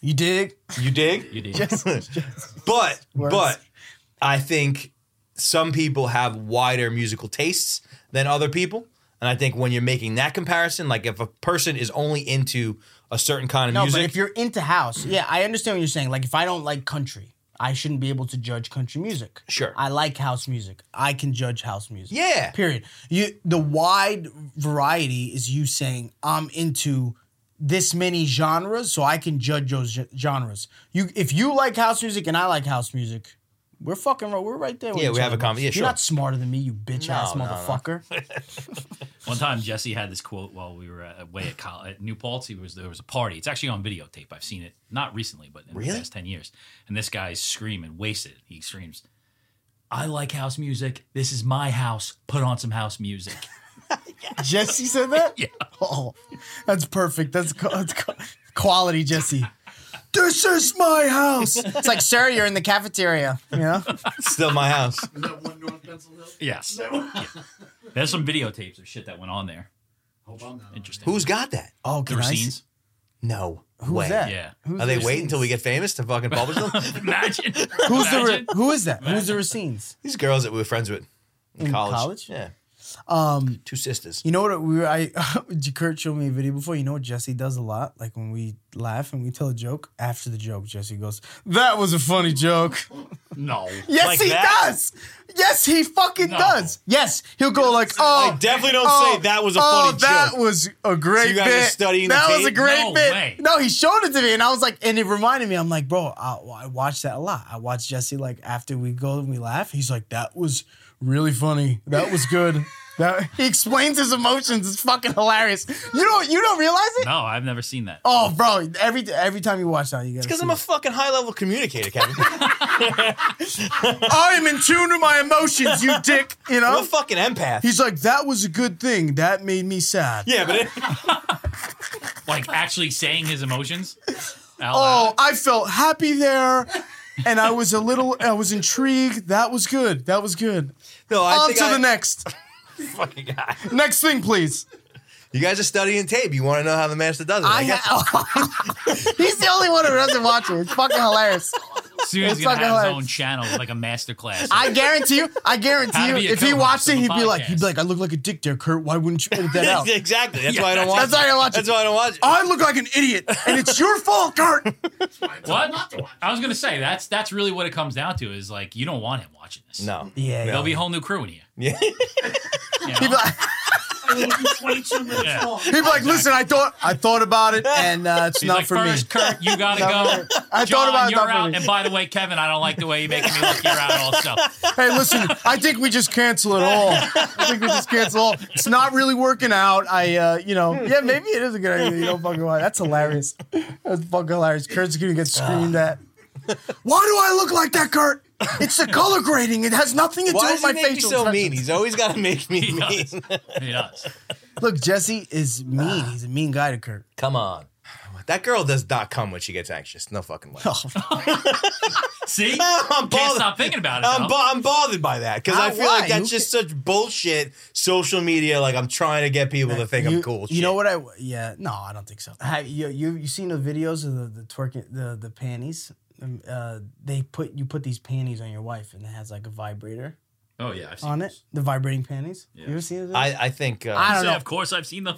S3: you dig.
S1: You dig?
S4: you did.
S1: But
S3: Words.
S1: but I think some people have wider musical tastes than other people. And I think when you're making that comparison, like if a person is only into a certain kind of
S3: No,
S1: music,
S3: but if you're into house, yeah, I understand what you're saying. Like, if I don't like country, I shouldn't be able to judge country music.
S1: Sure.
S3: I like house music. I can judge house music.
S1: Yeah.
S3: Period. You the wide variety is you saying I'm into this many genres, so I can judge those gen- genres. You, if you like house music and I like house music, we're fucking right. We're right there. with
S1: Yeah,
S3: each
S1: we have
S3: other,
S1: a
S3: bro.
S1: conver- yeah,
S3: You're
S1: sure.
S3: not smarter than me, you bitch ass
S1: No, no, no.
S3: motherfucker.
S4: One time Jesse had this quote while we were at, away at, college, at New Paltz. He was there was a party. It's actually on videotape. I've seen it not recently, but in
S1: Really?
S4: the past ten years. And this guy's screaming, wasted. He screams, "I like house music. This is my house. Put on some house music."
S3: Jesse said that? Yeah. Oh, that's perfect. That's, co- that's co- quality, Jesse. This is my house. It's like, sir, you're in the cafeteria. You know?
S1: it's still my house.
S5: Is that one North Pencil Hill? Is
S4: yes,
S5: that one?
S4: there's some videotapes of shit that went on there.
S5: Hope I'm not.
S4: Interesting.
S1: Who's got that?
S3: Oh,
S4: there
S3: can
S4: were
S3: I?
S4: scenes?
S1: No.
S3: Who's
S1: way.
S3: that?
S4: Yeah.
S3: Who's
S1: Are
S3: the
S1: they waiting until we
S3: Racines?
S1: get famous to fucking publish them?
S4: Imagine.
S3: Who's the
S4: Imagine.
S3: Ra- who is that? Who's the Racines?
S1: These girls that we were friends with in,
S3: In
S1: college.
S3: college?
S1: Yeah.
S3: Um,
S1: Two sisters.
S3: You know what? We were, I Kurt showed me a video before. You know what Jesse does a lot? Like when we laugh and we tell a joke after the joke, Jesse goes, "That was a funny joke."
S4: No.
S3: Yes,
S1: Like
S3: he
S1: that?
S3: does. Yes, he fucking
S4: No.
S3: does. Yes, he'll go like, "Oh,
S1: I definitely don't
S3: oh,
S1: say that was a
S3: oh,
S1: funny
S3: that
S1: joke.
S3: was a great
S1: you guys are
S3: bit.
S1: studying the
S3: that was a
S1: tape?
S3: great
S4: No
S3: bit."
S4: way.
S3: No, he showed it to me, and I was like, and it reminded me. I'm like, bro, I, I watch that a lot. I watch Jesse like after we go and we laugh. He's like, "That was really funny. That was good." That, he explains his emotions. It's fucking hilarious. You don't you don't realize it?
S4: No, I've never seen that.
S3: Oh, bro! Every every time you watch that, you get
S1: Because I'm a fucking high level communicator, Kevin. I'm
S3: I am in tune to my emotions, you dick. You
S1: a
S3: know.
S1: fucking empath.
S3: He's like, that was a good thing. That made me sad.
S1: yeah, but it,
S4: Like actually saying his emotions. uh, out
S3: Oh,
S4: loud.
S3: I felt happy there, and I was a little, I was intrigued. That was good. That was good.
S1: no, I
S3: On
S1: think
S3: to
S1: I,
S3: the next.
S1: fucking guy.
S3: Next thing, please.
S1: You guys are studying tape. You want to know how the master does it?
S3: I
S1: got-
S3: He's the only one who doesn't watch it. It's fucking hilarious.
S4: Soon
S3: it's
S4: he's gonna
S3: fucking
S4: have his
S3: hilarious.
S4: own channel, like a master class.
S3: I guarantee you. I
S4: How
S3: guarantee
S4: to
S3: you.
S4: be a
S3: If he
S4: co-host
S3: watched it,
S4: of a
S3: he'd be like,
S4: podcast.
S3: he'd be like, I look like a dick there, Kurt. Why wouldn't you edit that out?
S1: exactly. That's why I don't watch.
S3: That's why I don't watch
S1: it. Oh, That's
S3: it.
S1: why I don't watch. it.
S3: I look like an idiot, and it's your fault, Kurt.
S4: what? I was gonna say that's that's really what it comes down to is like you don't want him watching this.
S1: No.
S3: Yeah.
S4: There'll be a whole new crew in here.
S1: Yeah.
S4: you know?
S3: He'd be like,
S5: Twenty-two minutes
S4: Yeah.
S5: long.
S3: he'd be like, listen, I thought, I thought about it, and uh, it's
S4: He's
S3: not
S4: like,
S3: for me.
S4: first, Kurt, you gotta go.
S3: I
S4: John,
S3: thought about it,
S4: you're
S3: not for
S4: out.
S3: me.
S4: And by the way, Kevin, I don't like the way you're making me look. You're out also.
S3: Hey, listen, I think we just cancel it all. I think we just cancel all. It's not really working out. I, uh, you know, yeah, maybe it is a good idea. You don't fucking watch. That's hilarious. That's fucking hilarious. Kurt's gonna get screamed at. Why do I look like that, Kurt? It's the color grading. It has nothing to do
S1: Why does
S3: with my
S1: he make me
S3: facial
S1: so
S3: expression.
S1: mean? He's always got to make me
S4: He does.
S1: mean.
S4: He does.
S3: Look, Jesse is mean. He's a mean guy to Kurt.
S1: Come on. That girl does not come when she gets anxious. No fucking way.
S3: Oh,
S4: See?
S1: I'm
S4: Can't
S1: bothered.
S4: stop thinking about it.
S1: I'm,
S4: though.
S1: bo- I'm bothered by that because
S3: Ah,
S1: I feel
S3: why?
S1: like that's
S3: Who
S1: just such bullshit social media. Like I'm trying to get people to think
S3: you,
S1: I'm cool.
S3: You know what I? Yeah, no, I don't think so. Have you you you seen the videos of the the twerking the the panties? Um, Uh, they put you put these panties on your wife, and it has like a vibrator
S4: Oh yeah, I've seen
S3: on it. The vibrating panties. You ever seen those?
S1: I, I think. Uh,
S3: I
S4: I
S3: don't know,
S4: Of course, I've seen them.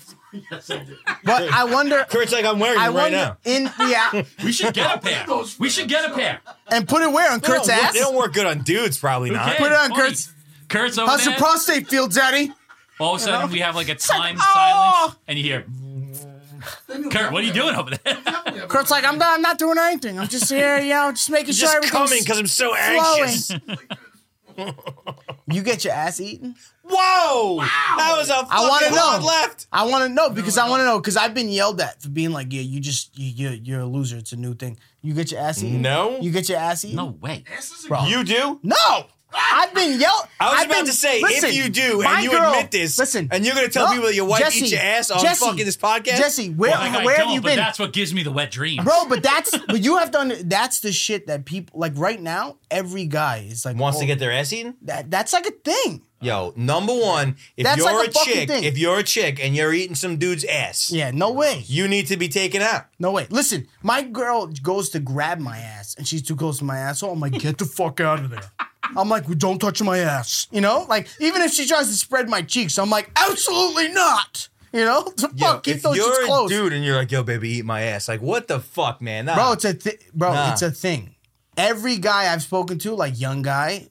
S4: yes, I do.
S3: but I wonder.
S1: Kurt's like I'm wearing
S3: I
S1: them right
S3: wonder
S1: now.
S3: in yeah,
S4: We should get a pair. We should get a pair.
S3: and put it where on
S1: They don't
S3: Kurt's
S1: work-
S3: ass.
S1: They don't work good on dudes, probably
S4: Who
S1: not.
S4: cares?
S3: Put it on
S4: Funny.
S3: Kurt's-
S4: Kurt's over
S3: How's your
S4: there.
S3: prostate feel, Daddy?
S4: All of a sudden, we have like a time silence,
S3: "Oh!"
S4: and you hear, "Kurt, what are you doing over there?"
S3: Kurt's like, I'm not, I'm not doing anything. I'm just here, you know, just making sure
S1: Just
S3: everything's
S1: coming because I'm so
S3: flowing.
S1: anxious.
S3: You get your ass eaten.
S1: Whoa! That was a
S3: I want to
S1: fucking hard
S3: know.
S1: left.
S3: I want to know because I want to know because I've been yelled at for being like, yeah, you just you, you're, you're a loser. It's a new thing. You get your ass eaten.
S1: No.
S3: You get your ass eaten.
S4: No way.
S3: Bro.
S1: You do?
S3: No. I've been yelled.
S1: I was
S3: I've
S1: about
S3: been-
S1: to say,
S3: listen,
S1: if you do
S3: my
S1: and you
S3: girl-
S1: admit this,
S3: listen,
S1: and you're going to tell
S3: no,
S1: people that your wife
S3: Jesse,
S1: eats your ass on
S3: Jesse,
S1: fucking this podcast?
S3: Jesse, where
S4: Like, I
S3: where have
S4: don't,
S3: you
S4: but
S3: been,
S4: That's what gives me the wet dream.
S3: bro? But that's but you have to. Under, that's the shit that people like right now. Every guy is like
S1: wants to
S3: oh,
S1: get their ass eaten?
S3: that. That's like a thing.
S1: Yo, number one, if
S3: That's
S1: you're
S3: like a
S1: a,
S3: fucking
S1: chick,
S3: thing.
S1: if you're a chick and you're eating some dude's ass,
S3: Yeah. No way.
S1: you need to be taken out.
S3: No way. Listen, my girl goes to grab my ass and she's too close to my asshole. I'm like, get the fuck out of there. I'm like, don't touch my ass. You know? Like, even if she tries to spread my cheeks, I'm like, absolutely not. You know? The
S1: Yo,
S3: fuck, keep
S1: if
S3: those
S1: you're
S3: shits
S1: a
S3: close.
S1: dude and you're like, yo, baby, eat my ass. Like, what the fuck, man? Nah.
S3: Bro, it's a thi- bro,
S1: Nah.
S3: it's a thing. Every guy I've spoken to, like young guy,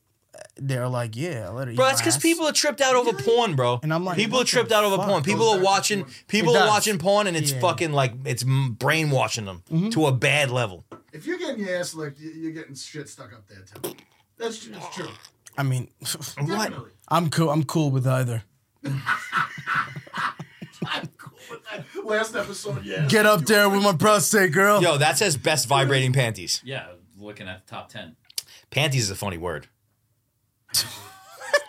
S3: they're like, yeah, let her eat
S1: Bro,
S3: my
S1: that's because
S3: ass.
S1: people are tripped out over porn, bro.
S3: And I'm like,
S1: people
S3: what
S1: are tripped
S3: the
S1: out over
S3: fuck?
S1: porn. People
S5: Goes
S1: are
S5: back to
S1: watching.
S5: porn.
S1: People
S3: It
S1: are
S3: does.
S1: watching porn, and it's
S3: Yeah. Mm-hmm.
S1: fucking like it's m- brainwashing them to a bad level.
S5: If you're getting your ass licked, you- you're getting shit stuck up there too. That's ju- it's true.
S3: I mean,
S5: Definitely.
S3: I'm cool. I'm cool with either.
S5: I'm cool with that. Last episode, yeah.
S3: Get up there with my prostate, girl.
S1: Yo, that says best vibrating panties.
S4: Yeah, looking at the top ten.
S1: Panties is a funny word.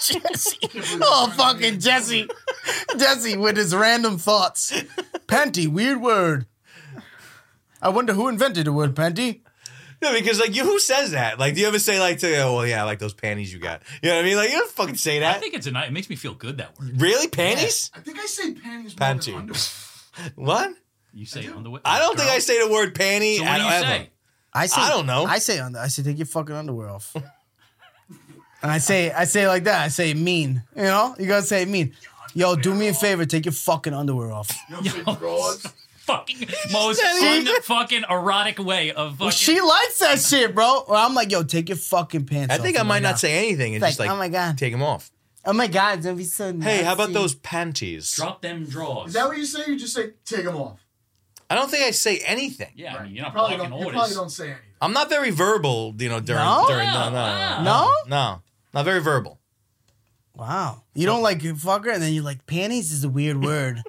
S3: Jesse. Oh, fucking Jesse. Jesse with his random thoughts. Panty, weird word. I wonder who invented the word panty.
S1: No, because like you, who says that? Like, do you ever say like, to, "Oh, well, yeah, I like those panties you got." You know what I mean? Like, you don't fucking say
S4: I
S1: that.
S4: think it's a night. It makes me feel good that word.
S1: Really, panties?
S5: I think I say panties.
S1: Panty.
S5: Panty.
S1: What?
S4: You say underwear.
S1: I don't think I
S4: Say
S1: say the word panty.
S4: so what
S1: at-
S4: do you
S1: ever.
S4: say?
S3: I say
S1: I don't know.
S3: I say on I say take your fucking underwear off. And I say, I say it like that. I say mean. You know, you gotta say it mean. Yo, do me a favor. Take your fucking underwear off.
S5: You know, big broads.
S4: fucking most un- fucking erotic way of fucking.
S3: Well, she likes that shit, bro. Well, I'm like, yo, take your fucking pants
S1: I
S3: off.
S1: think I
S3: I'm
S1: might
S3: like,
S1: not say anything and
S3: It's
S1: just
S3: like,
S1: like,
S3: oh my God.
S1: take them off.
S3: Oh my god, it's gonna be so.
S1: Hey, how about
S3: nasty.
S1: those panties?
S4: drop them drawers.
S5: Is that what you say? You just say take them off.
S1: I don't think I say anything.
S4: yeah, I mean,
S5: You
S4: you're not
S5: probably
S4: blocking
S5: don't. You
S4: orders.
S5: probably don't say anything.
S1: I'm not very verbal, you know, during
S3: No?
S1: during no, no, no,
S3: No?
S1: no. Not very verbal.
S3: Wow, you don't like you fucker, and then you're like, panties is a weird word.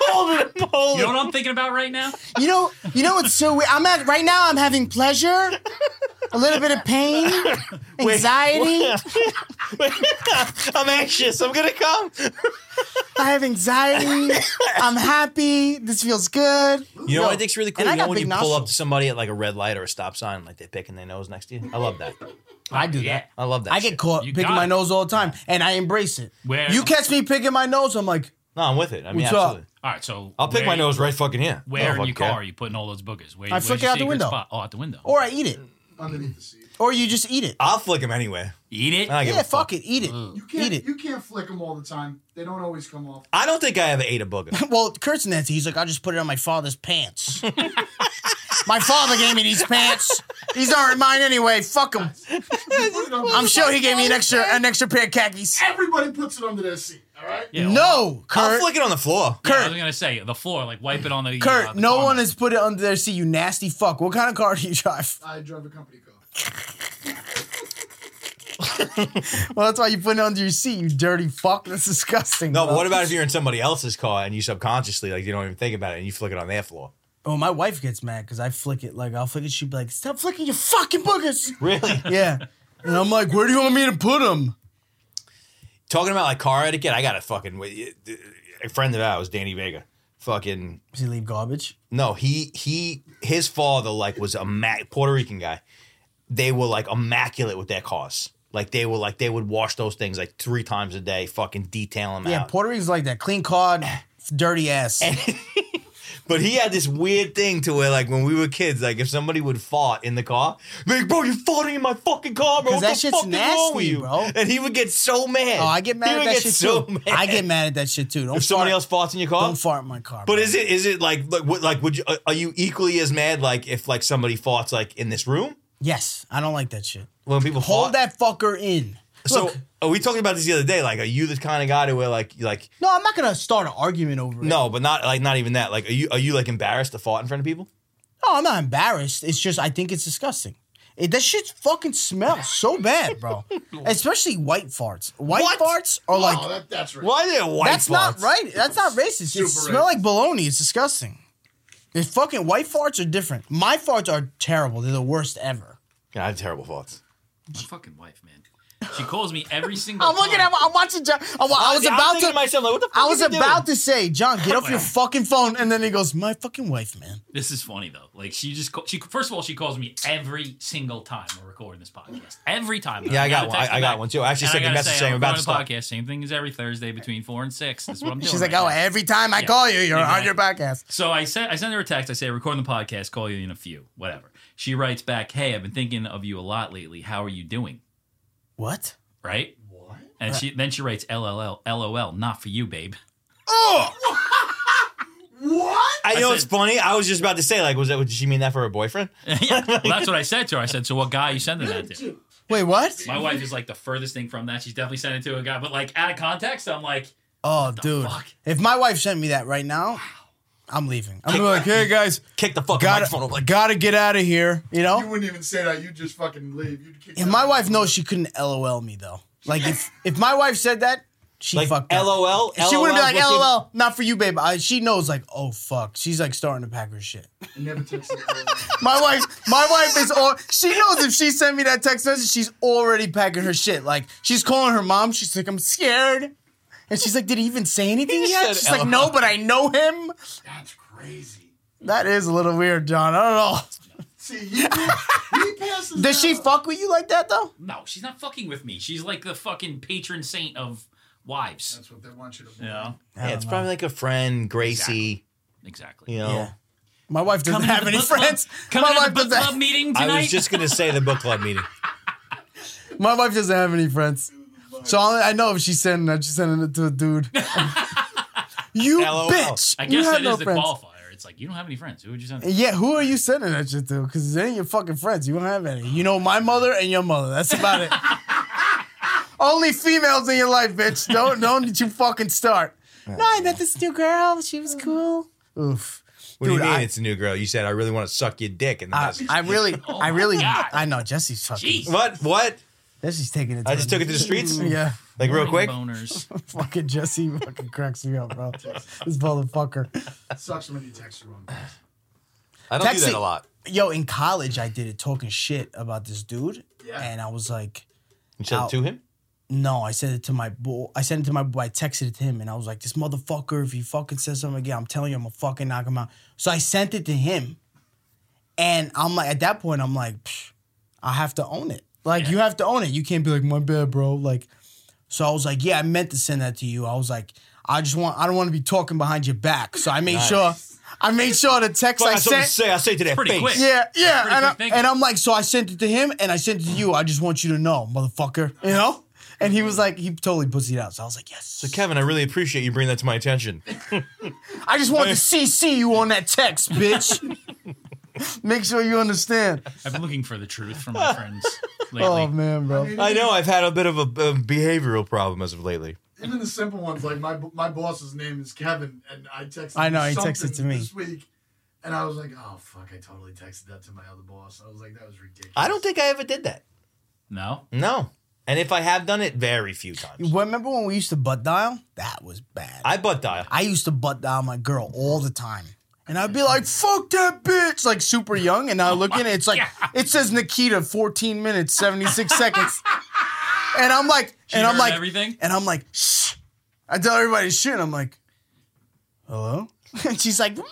S1: Hold it, hold
S4: You know what I'm thinking about right now?
S3: you know, you know what's so weird? I'm at right now. I'm having pleasure, a little bit of pain, anxiety.
S1: I'm anxious. I'm gonna come.
S3: I have anxiety. I'm happy. This feels good.
S1: You know
S3: No.
S1: what I think's really cool?
S3: And I
S1: You know
S3: got
S1: when
S3: big
S1: you pull up
S3: nostrils.
S1: to somebody at like a red light or a stop sign, and, like they're picking their nose next to you. I love that.
S3: I do that.
S1: I love that.
S3: I get
S1: shit.
S3: caught
S4: You
S3: picking
S4: got
S3: my
S4: it.
S3: nose all the time, and I embrace it.
S4: Where-
S3: you catch me picking my nose, I'm like,
S1: No, I'm with it. I mean,
S3: What's up?
S1: absolutely.
S4: All right, so
S1: I'll pick
S4: where-
S1: my nose right fucking here.
S4: Where
S1: No,
S4: in
S1: fuck
S4: your car
S1: yeah.
S4: are you putting all those boogers? Where,
S3: I
S4: where's
S3: flick
S4: your
S3: it out the
S4: secret
S3: window.
S4: Spot? Oh, out the window.
S3: or I eat it,
S5: underneath the seat.
S3: or you just eat it.
S1: I'll flick him anyway.
S4: eat it.
S1: I don't give
S3: Yeah,
S1: a fuck. Mm.
S3: fuck it, eat it,
S5: You can't.
S3: eat it. Uh,
S5: You can't flick them all the time. They don't always come off.
S1: I don't think I ever ate a booger.
S3: Well, Kurt's Nancy. He's like, I just put it on my father's pants. my father gave me these pants. These aren't mine anyway. Fuck them.
S5: You put it under-
S3: I'm sure he gave me an extra an extra pair of khakis.
S5: Everybody puts it under their seat. All right.
S4: Yeah, well,
S3: No,
S1: I'll
S3: Kurt.
S1: flick it on the floor.
S4: yeah, I
S3: Kurt.
S4: was gonna say the floor, like wipe it on the. uh,
S3: Kurt,
S4: the
S3: no
S4: car
S3: one
S4: mat.
S3: has put it under their seat. You nasty fuck. What kind of car do you drive?
S5: I drive a company car.
S3: Well, that's why you put it under your seat. You dirty fuck. That's disgusting.
S1: No,
S3: bro.
S1: but what about if you're in somebody else's car and you subconsciously like you don't even think about it and you flick it on their floor?
S3: Oh, my wife gets mad because I flick it. Like I'll flick it. She'd be like, "Stop flicking your fucking boogers."
S1: Really?
S3: yeah. And I'm like, "Where do you want me to put them?"
S1: Talking about like car etiquette, I got a fucking a friend of ours, Danny Vega. Fucking
S3: Does he leave garbage?
S1: no, he he his father like was a ma- Puerto Rican guy. They were like immaculate with their cars. Like they were like they would wash those things like three times a day, fucking detail them
S3: Yeah,
S1: out.
S3: Puerto Ricans like that. Clean card, dirty ass.
S1: But he had this weird thing to where, like, when we were kids, like, if somebody would fart in the car, like, bro, you farting in my fucking car, bro. What
S3: 'Cause that
S1: the
S3: shit's
S1: fuck is wrong with
S3: nasty,
S1: you,
S3: bro.
S1: And he would get so mad.
S3: Oh, I get
S1: He
S3: mad at
S1: would
S3: that
S1: get
S3: shit
S1: so
S3: too.
S1: mad.
S3: I get mad at that shit too. Don't
S1: if somebody
S3: fart-
S1: else farts in your car.
S3: don't fart in my car.
S1: But
S3: bro.
S1: is it is it like like what like would you are you equally as mad like if like somebody farts like in this room
S3: yes, I don't like that shit.
S1: when people fart?
S3: Hold that fucker in.
S1: So
S3: Look,
S1: are we talking about this the other day? Like, are you the kind of guy to where like you- like
S3: no, I'm not gonna start an argument over it.
S1: no, but not like not even that. Like, are you are you like embarrassed to fart in front of people?
S3: No, I'm not embarrassed. It's just I think it's disgusting. It, that shit fucking smells so bad, bro. Especially white farts. White
S1: What?
S3: farts are like
S5: oh, that, that's right.
S1: Why are there white
S3: that's not
S1: farts?
S3: right. That's not racist. It
S5: Super
S3: smell
S5: racist.
S3: like bologna. It's disgusting. It's fucking white farts are different. My farts are terrible. They're the worst ever.
S1: Yeah, I have terrible farts.
S4: My fucking wife, man. She calls me every single.
S3: I'm looking
S4: time.
S3: at. I'm watching. John, I'm, I was
S1: Yeah, I'm
S3: about
S1: thinking
S3: to.
S1: myself, like, what the fuck
S3: I
S1: is
S3: was
S1: he doing?
S3: about to say, John, get off your fucking phone, and then he goes, "My fucking wife, man."
S4: This is funny though. Like she just call, she first of all she calls me every single time we're recording this podcast. Every time.
S1: Yeah, I got
S4: gotta
S1: one.
S4: text
S1: I- I
S4: her
S1: got
S4: back.
S1: one, too. I actually
S4: And
S1: sent a
S4: gotta
S1: message
S4: say,
S1: saying
S4: I'm
S1: we're about
S4: recording
S1: to
S4: a podcast. Same thing as every Thursday between four and six. That's what I'm doing.
S3: She's like,
S4: right
S3: "Oh,
S4: now.
S3: every time I call you, you're on
S4: Exactly.
S3: your back ass."
S4: So I sent I sent her a text. I say, recording the podcast. Call you in a few. Whatever. She writes back, Hey, I've been thinking of you a lot lately. How are you doing?
S3: What?
S4: Right. What? And she then she writes, LOL, LOL, not for you, babe.
S5: What?
S1: I,
S4: I
S1: know
S4: said-
S1: it's funny. I was just about to say, like, was that? Did she mean that for her boyfriend?
S4: yeah. Well, that's what I said to her. I said, So what guy are you sending that to?
S3: Wait, what?
S4: My wife is like the furthest thing from that. She's definitely sent it to a guy, but like out of context, I'm like,
S3: Oh, dude.
S4: fuck?
S3: If my wife sent me that right now, I'm leaving. I'm like, hey guys,
S1: Kick the fucking
S3: gotta
S1: microphone over. Like,
S3: gotta get out of here. You
S5: You
S3: know.
S5: wouldn't even say that. You'd just fucking leave. You'd kick
S3: And
S5: them
S3: my
S5: out.
S3: wife knows she couldn't LOL me though. Like if if my wife said that, she
S1: like
S3: fucked up.
S1: LOL.
S3: She wouldn't be like,
S1: what's even-
S3: LOL, not for you, babe. I, she knows, like, oh fuck, she's like starting to pack her shit.
S5: It never takes it.
S3: My wife, my wife is all. She knows if she sent me that text message, she's already packing her shit. Like she's calling her mom. She's like, I'm scared, and she's like, Did he even say anything
S1: He
S3: yet?
S1: said
S3: She's like,
S1: LOL.
S3: No, but I know him.
S5: That's crazy.
S3: That is a little weird, John. I don't
S5: See, he, he passes.
S3: know. Does she
S5: out.
S3: fuck with you like that though?
S4: No, she's not fucking with me. She's like the fucking patron saint of wives.
S5: That's what they want you to.
S4: You know?
S1: Yeah, it's probably like a friend, Gracie.
S4: Exactly.
S1: You know,
S3: Yeah. My wife doesn't
S4: Coming to
S3: have
S4: the
S3: any
S4: book club-
S3: friends.
S4: coming
S3: My
S4: to the
S3: wife
S4: book
S3: doesn't.
S4: club meeting
S1: I
S4: tonight.
S1: was just gonna say the book club meeting.
S3: My wife doesn't have any friends. So all I I know if she's sending that, she's sending it to a dude. you
S1: LOL.
S3: bitch.
S4: I
S3: you
S4: guess
S3: have
S4: that is
S3: no
S4: the
S3: friends.
S4: qualifier. It's like you don't have any friends. Who would you send? it to?
S3: Yeah, who are you sending that shit to? Because it ain't your fucking friends. You don't have any. You know my mother and your mother. That's about it. Only females in your life, bitch. Don't don't you fucking start. No, I met this new girl. She was cool. Oof.
S1: What
S3: Dude,
S1: do you mean
S3: I-
S1: it's a new girl? You said I really want to suck your dick, and
S3: Uh, I,
S1: that's
S3: I really, I
S1: Oh
S4: my
S3: really,
S4: God.
S3: I know Jesse's fucking.
S4: Jeez.
S1: what? What?
S3: Jesse's taking it.
S1: I just took it to the streets?
S3: yeah,
S1: Like real
S4: Boring
S1: quick?
S4: Boners.
S3: fucking Jesse fucking cracks me up, bro. This motherfucker.
S5: It sucks when you text the wrong person.
S1: I don't do
S3: Taxi-
S1: that a lot.
S3: Yo, in college, I did it talking shit about this dude,
S5: Yeah.
S3: and I was like,
S1: You said it to him.
S3: No, I said it to my boy. I sent it to my boy. I texted it to him, and I was like, "This motherfucker! If he fucking says something again, I'm telling you, I'm gonna fucking knock him out." So I sent it to him, and I'm like, at that point, I'm like, "Psh, I have to own it. Like, you have to own it. You can't be like, "My bad, bro." Like, so I was like, "Yeah, I meant to send that to you." I was like, "I just want. I don't want to be talking behind your back." So I made sure. I made sure the text
S1: Fuck, I
S3: I
S1: have something to
S3: sent.
S1: say. I say it to their
S4: Pretty
S1: face.
S4: quick.
S3: Yeah, yeah,
S4: pretty
S3: and,
S4: quick
S3: I,
S4: thinking.
S3: and I'm like, so I sent it to him, and I sent it to you. I just want you to know, motherfucker, you know. And he was like, he totally pussied out. So I was like, yes.
S1: So Kevin, I really appreciate you bringing that to my attention.
S3: I just want to CC you on that text, bitch. Make sure you understand.
S4: I've been looking for the truth from my friends lately.
S3: Oh man, bro.
S1: I know I've had a bit of a, a behavioral problem as of lately.
S5: Even the simple ones, like my my boss's name is Kevin, and I texted.
S3: I know, he
S5: him
S3: texted
S5: something
S3: to me.
S5: this week, and I was like, "Oh fuck!" I totally texted that to my other boss. I was like, "That was ridiculous."
S1: I don't think I ever did that.
S4: No,
S1: No. And if I have done it, very few times.
S3: Remember when we used to butt dial? That was bad. I,
S1: I butt dial.
S3: used to butt dial my girl all the time. And I'd be like, fuck that bitch, like super young. And I look in it, it's like, it says Nikita, 14 minutes, 76 seconds. And I'm like, and I'm
S4: heard
S3: like,
S4: everything?
S3: and I'm like, shh. I tell everybody shit, and I'm like, hello? And she's like, "Rah!"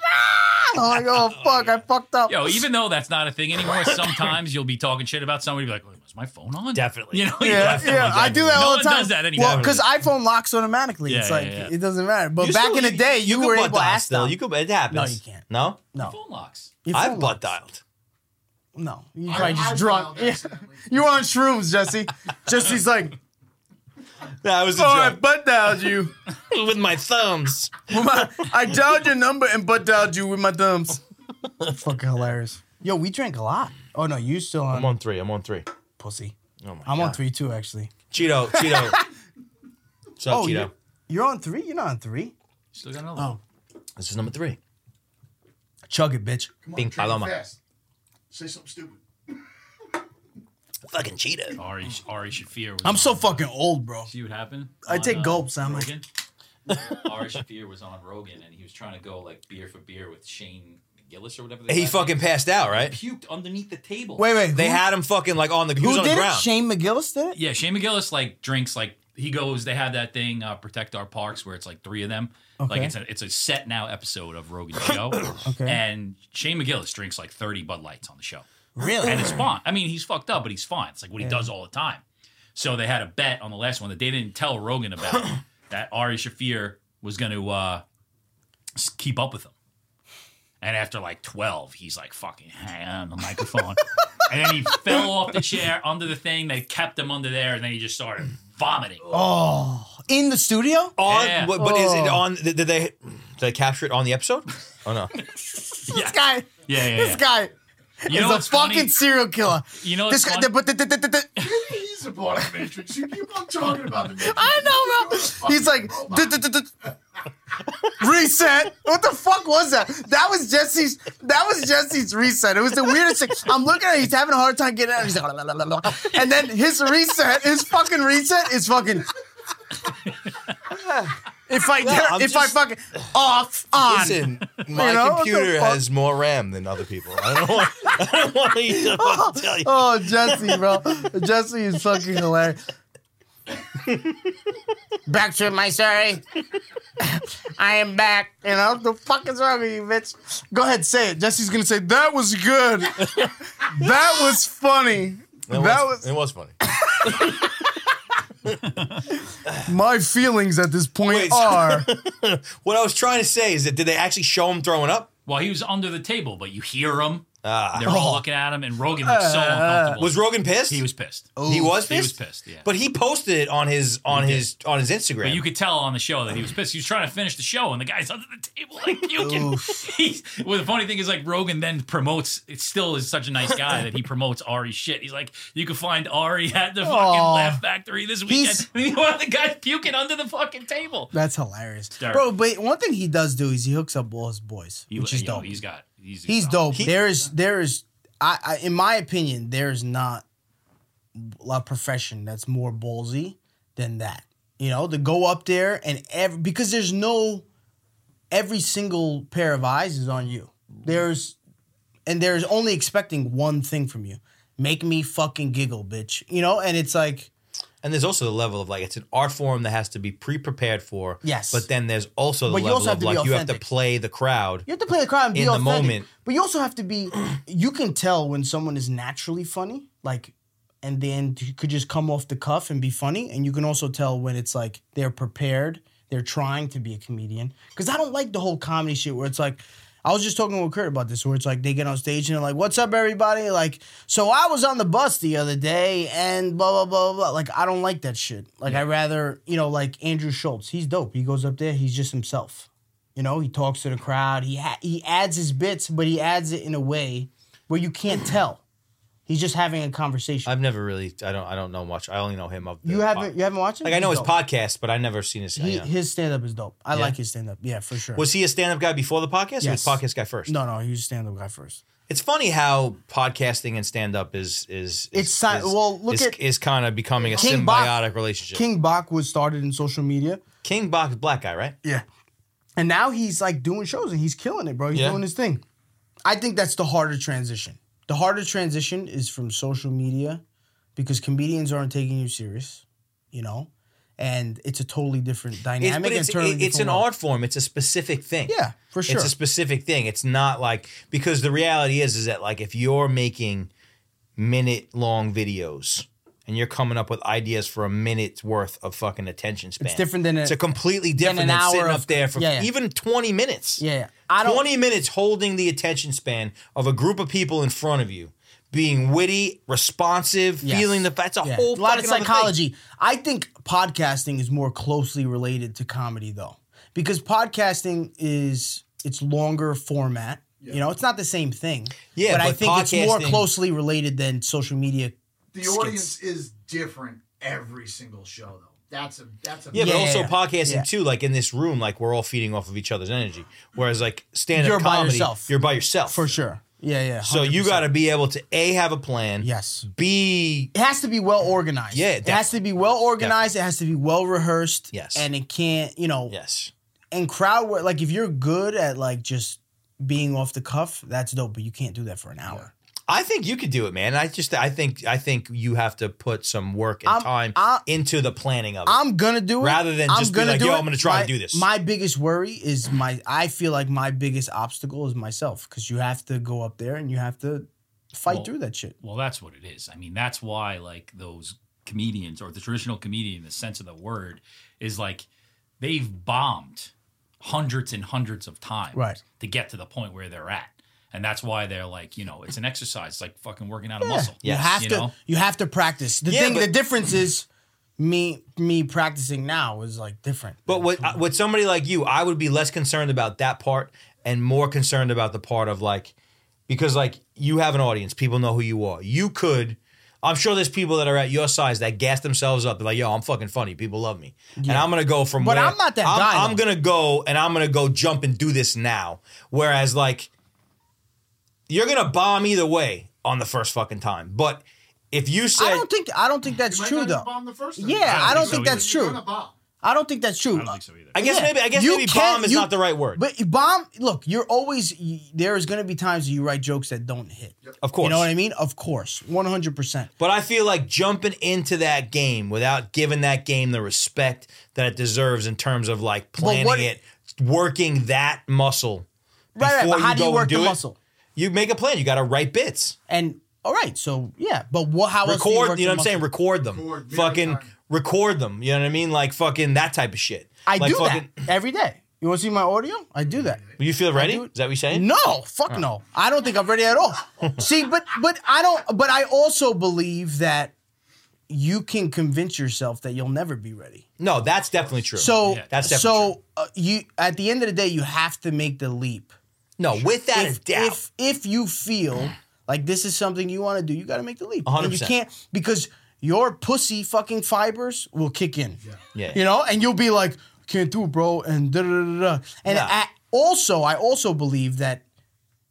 S3: I'm like, oh, fuck, I fucked up.
S4: yo, even though that's not a thing anymore, sometimes you'll be talking shit about somebody, be like, "Wait, was my phone on?"
S1: Definitely.
S4: You know, you
S3: Yeah,
S4: laugh at
S3: yeah,
S4: ones
S3: I do that
S4: no
S3: all the
S4: one
S3: time.
S4: does that anymore.
S3: Well, because iPhone locks automatically.
S4: Yeah,
S3: it's
S4: yeah,
S3: like
S4: yeah.
S3: it doesn't matter. But
S1: You
S3: back
S1: still-
S3: in the day, you,
S1: can
S3: were
S1: butt
S3: able to
S1: dial
S3: ask
S1: still.
S3: them.
S1: You could, it happens.
S3: No, you can't.
S1: No?
S3: no,
S4: phone locks.
S3: Your
S1: I've
S3: phone
S1: butt
S3: locks.
S1: dialed.
S3: No, you
S5: I-
S3: probably
S5: I
S3: just
S5: dialed
S3: drunk. Yeah.
S5: accidentally.
S3: You were on shrooms, Jesse. Jesse's like,
S1: That was a
S3: all
S4: Oh,
S3: right,
S1: joke.
S3: butt dialed you.
S1: With my thumbs.
S3: With my- I dialed your number and butt dialed you with my thumbs. Fucking hilarious. Yo, we drank a lot. Oh no, you still on,
S1: I'm on three. I'm on three.
S3: pussy?
S1: Oh my
S3: I'm
S1: God.
S3: on three too, actually.
S1: Cheeto, Cheeto. What's up,
S3: Oh,
S1: Cheeto?
S3: you're, you're on three. You're not on three.
S4: Still got another.
S3: Oh.
S4: one.
S1: This is number three.
S3: Chug it, bitch.
S5: Come on,
S1: Pink
S5: drink
S1: Paloma.
S5: Fast. Say something stupid.
S1: Fucking Cheeto.
S4: Ari, Ari Shafir. Was
S3: I'm
S4: on.
S3: so fucking old, bro.
S4: See what happened?
S3: I
S4: on,
S3: take
S4: uh,
S3: gulps. I'm like,
S4: Rogan. Ari Shafir was on Rogan, and he was trying to go like beer for beer with Shane Gillis or whatever. the
S1: He
S4: guy's
S1: fucking
S4: name
S1: passed out,
S4: is.
S1: right?
S4: puked underneath the table.
S3: wait, wait.
S1: They
S3: who-
S1: had him fucking like on the, he was
S3: Who
S1: on the
S3: did it?
S1: ground.
S3: Shane McGillis did it.
S4: Yeah, Shane McGillis like drinks like he goes. They have that thing uh, protect our parks where it's like three of them. Like
S3: Okay.
S4: it's a it's a set now episode of Rogan's show.
S3: Okay.
S4: And Shane McGillis drinks like thirty Bud Lights on the show,
S3: Really?
S4: and it's fine. I mean, he's fucked up, but he's fine. It's like what he does all the time. So they had a bet on the last one that they didn't tell Rogan about that Ari Shafir was going to uh, s- keep up with him. And after like 12, he's like fucking hang on the microphone. and then he fell off the chair under the thing. They kept him under there. And then he just started vomiting.
S3: Oh, in the studio?
S1: On,
S4: Yeah.
S1: what, but is it
S3: Oh.
S1: on, did they, did they capture it on the episode? Oh no.
S3: This guy,
S4: Yeah, yeah,
S3: this
S4: yeah.
S3: guy
S4: You know
S3: is a
S4: what's funny?
S3: fucking serial killer.
S4: You know what's
S3: This guy,
S4: funny?
S3: but the- the- the- the- the-
S5: He's a part of the Matrix. You keep on talking about the Matrix.
S3: I know,
S5: You're a
S3: bro.
S5: fucking
S3: He's like,
S5: robot.
S3: "Duh, duh, duh, duh." reset. What the fuck was that? That was Jesse's. That was Jesse's reset. It was the weirdest thing. I'm looking at. it. He's having a hard time getting out. He's like, "La, la, la, la, la." and then his reset, his fucking reset, is fucking. If I
S1: I'm
S3: if I
S1: just-
S3: fucking off on.
S1: Listen, my
S3: You know, what the
S1: computer
S3: fuck?
S1: has more RAM than other people. I don't want, I don't want you to fucking tell you.
S3: Oh, Jesse, bro. Jesse is fucking hilarious. back to my story. I am back. You know, the fuck is wrong with you, bitch? Go ahead, say it. Jesse's gonna say, that was good. that was funny.
S1: It
S3: that
S1: was,
S3: was
S1: it was funny.
S3: my feelings at this point
S1: Wait, so-
S3: are
S1: What I was trying to say is that did they actually show him throwing up?
S4: Well, he was under the table, but you hear him.
S1: Ah.
S4: They're
S3: Oh.
S4: all looking at him, and Rogan looked so uncomfortable.
S1: Was Rogan pissed?
S4: He was pissed.
S3: Oh,
S1: He was pissed.
S4: He was pissed, yeah.
S1: But he posted it on his on
S4: He did.
S1: his on his Instagram.
S4: But you could tell on the show that he was pissed. He was trying to finish the show, and the guy's under the table like puking. He's, well, the funny thing is, like Rogan then promotes. It still is such a nice guy that he promotes Ari's shit. He's like, you can find Ari at the fucking
S3: Aw.
S4: Laugh Factory this weekend.
S3: He's-
S4: And Meanwhile, the guy's puking under the fucking table.
S3: That's hilarious,
S4: dark.
S3: bro. But one thing he does do is he hooks up all his boys,
S4: He-
S3: which is
S4: yo,
S3: dope.
S4: He's got. He's,
S3: He's dope.
S1: He-
S3: there is, there is, I, I, in my opinion, there is not a profession that's more ballsy than that. You know, to go up there and every because there's no, every single pair of eyes is on you. There's, and there's only expecting one thing from you: make me fucking giggle, bitch. You know, and it's like,
S1: and there's also the level of like it's an art form that has to be pre prepared for.
S3: Yes.
S1: But then there's also the
S3: But you
S1: level
S3: also have
S1: of
S3: to be
S1: like you have to
S3: authentic.
S1: play the crowd.
S3: You have to play the crowd and be
S1: In the
S3: authentic,
S1: moment.
S3: But you also have to be. You can tell when someone is naturally funny, like, and then you could just come off the cuff and be funny. And you can also tell when it's like they're prepared, they're trying to be a comedian. Because I don't like the whole comedy shit where it's like. I was just talking with Kurt about this, where it's like they get on stage and they're like, "What's up, everybody?" Like, so I was on the bus the other day, and blah blah blah blah. blah." Like, I don't like that shit. Like, I rather, you know, like Andrew Schultz. He's dope. He goes up there, he's just himself. You know, he talks to the crowd. He ha- he adds his bits, but he adds it in a way where you can't tell. He's just having a conversation.
S1: I've never really I don't I don't know much. I only know him of the
S3: you
S1: pod-
S3: haven't you haven't watched it?
S1: like I know
S3: He's
S1: his
S3: dope.
S1: podcast, but I never seen his.
S3: He,
S1: yeah.
S3: His stand up is dope. I
S1: Yeah?
S3: like his stand up. Yeah, for sure.
S1: was he a stand up guy before the podcast? Or was
S3: Yes.
S1: podcast guy first?
S3: no, no, he was a stand up guy first.
S1: It's funny how podcasting and stand up is is, is
S3: It's si-
S1: is,
S3: well, look
S1: is,
S3: at-
S1: is kind of becoming a
S3: King
S1: symbiotic
S3: Bach-
S1: relationship. King,
S3: King Bach was started in social media.
S1: King Bach is black guy, right?
S3: Yeah. And now he's like doing shows and he's killing it, bro. He's
S1: Yeah.
S3: doing his thing. I think that's the harder transition. The harder transition is from social media because comedians aren't taking you serious, you know? And it's a totally different
S1: It's,
S3: dynamic.
S1: but it's,
S3: and totally
S1: it- it's an
S3: different world.
S1: art form. It's a specific thing.
S3: Yeah, for sure.
S1: It's a specific thing. It's not like because the reality is is that like if you're making minute long videos and you're coming up with ideas for a minute's worth of fucking attention span.
S3: different than a-
S1: it's a completely different than,
S3: an hour
S1: sitting
S3: of-
S1: up there for
S3: yeah, yeah.
S1: even 20 minutes.
S3: yeah, yeah. I don't
S1: 20 minutes holding the attention span of a group of people in front of you, being witty, responsive,
S3: Yes.
S1: feeling the that's a
S3: yeah.
S1: whole
S3: a lot of
S1: fucking other thing.
S3: psychology. I think podcasting is more closely related to comedy though. Because podcasting is it's longer format. You know, it's not the same thing.
S1: Yeah,
S3: but, I
S1: but
S3: think it's more
S1: podcasting-
S3: closely related than social media
S5: The
S3: Skits.
S5: audience is different every single show, though. That's a that's a
S1: Yeah, but
S3: Yeah,
S1: also
S3: yeah,
S1: podcasting
S3: yeah.
S1: too. Like in this room, like we're all feeding off of each other's energy. Whereas like stand up
S3: You're by
S1: comedy,
S3: yourself.
S1: you're by yourself
S3: For sure. Yeah, yeah.
S1: So you
S3: 100%.
S1: got to be able to a have a plan.
S3: Yes.
S1: B
S3: It has to be well organized.
S1: Yeah,
S3: it has to be well organized. It has to be well rehearsed.
S1: Yes.
S3: and it can't, you know,
S1: yes.
S3: and crowd work. Like if you're good at like just being off the cuff, that's dope. But you can't do that for an hour.
S1: I think you could do it, man. I just I think I think you have to put some work and
S3: I'm-
S1: time
S3: I-
S1: into the planning of it.
S3: I'm gonna do it
S1: Rather than
S3: I'm
S1: just be
S3: gonna
S1: like,
S3: do
S1: "Yo,
S3: it."
S1: I'm gonna try
S3: my,
S1: and do this.
S3: My biggest worry is my. I feel like my biggest obstacle is myself because you have to go up there and you have to fight
S4: Well,
S3: through that shit.
S4: Well, that's what it is. I mean, that's why like those comedians or the traditional comedian in the sense of the word is like they've bombed hundreds and hundreds of times
S3: Right.
S4: to get to the point where they're at. And that's why they're like, you know, it's an exercise. It's like fucking working out a muscle.
S1: Yes.
S3: You have
S4: You
S3: to
S4: know?
S3: you have to practice. The
S1: Yeah,
S3: thing
S1: but-
S3: the difference is me me practicing now is like different.
S1: But with uh, with somebody like you, I would be less concerned about that part and more concerned about the part of like because like you have an audience, people know who you are. You could I'm sure there's people that are at your size that gas themselves up like, yo, I'm fucking funny. People love me. And I'm gonna go from
S3: But
S1: where-
S3: I'm not that
S1: I'm,
S3: guy,
S1: I'm
S3: though.
S1: gonna go and I'm gonna go jump and do this now. Whereas like you're gonna bomb either way on the first fucking time. But if you say
S3: I don't think I don't think that's
S5: You might
S3: true
S5: not even
S3: though.
S5: bomb the first time.
S3: Yeah, I don't think
S4: so
S3: that's
S5: You're
S3: true.
S5: gonna bomb.
S3: I don't think that's true.
S4: I don't think so either.
S1: I guess
S3: Yeah.
S1: maybe I guess
S3: You
S1: maybe
S3: can-
S1: bomb is
S3: you-
S1: not the right word.
S3: But bomb, look, you're always y there is going to be times you write jokes that don't hit.
S1: of course.
S3: You know what I mean? Of course, one hundred percent.
S1: But I feel like jumping into that game without giving that game the respect that it deserves in terms of like planning
S3: what-
S1: it, working that muscle.
S3: Right, right.
S1: before
S3: But how do you
S1: go
S3: work
S1: and
S3: the
S1: do it,
S3: muscle?
S1: You make a plan. You got to write bits.
S3: And all right, so yeah, but what? How else do you,
S1: Record.
S3: work
S1: You know
S3: the
S1: what I'm saying?
S3: muscle?
S1: Record them.
S5: Record, yeah,
S1: fucking
S5: time.
S1: record them. You know what I mean? Like fucking that type of shit.
S3: I
S1: like
S3: do
S1: fucking,
S3: that every day. You want to see my audio? I do that.
S1: You feel ready? Is that what you're saying?
S3: No, fuck no. I don't think I'm ready at all. See, but but I don't. But I also believe that you can convince yourself that you'll never be ready.
S1: No, that's definitely true.
S3: So
S4: Yeah,
S1: that's definitely
S3: so uh, you at the end of the day, you have to make the leap.
S1: no, with that is
S3: If,
S1: doubt.
S3: if if you feel like this is something you want to do, you got to make the leap. And you
S1: 100%.
S3: can't because your pussy fucking fibers will kick in.
S1: yeah.
S3: You know, and you'll be like, can't do it, bro, and da da da da. And
S1: Yeah.
S3: I, also, I also believe that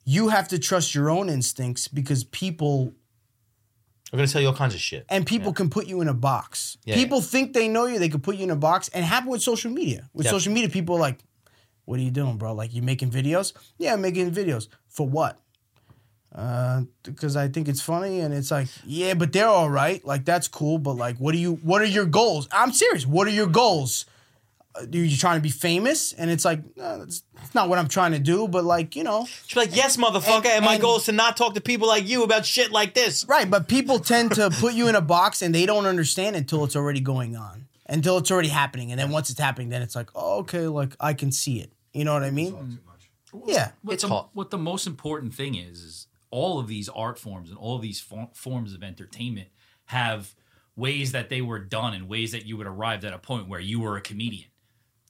S3: you have to trust your own instincts because people
S1: I'm gonna tell you all kinds of shit.
S3: and people can put you in a box.
S1: Yeah,
S3: people think they know you, they can put you in a box. And it happened with social media. With
S1: Yep.
S3: social media, people are like, What are you doing, bro? Like you making videos? Yeah, I'm making videos. For what? Uh, because I think it's funny and it's like, yeah, but they're all right. Like that's cool, but like what do you what are your goals? I'm serious. What are your goals? Uh, you you trying to be famous? And it's like, no, that's, that's not what I'm trying to do, but like, you know.
S1: She's like, yes, motherfucker. And, my
S3: and-
S1: goal is to not talk to people like you about shit like this.
S3: Right, but people tend to put you in a box and they don't understand until it's already going on, until it's already happening, and then once it's happening, then it's like, oh, okay, like I can see it. You know what I mean? Yeah,
S4: What
S1: It's
S4: the,
S1: hot.
S4: What the most important thing is is all of these art forms and all of these for- forms of entertainment have ways that they were done and ways that you would arrive at a point where you were a comedian.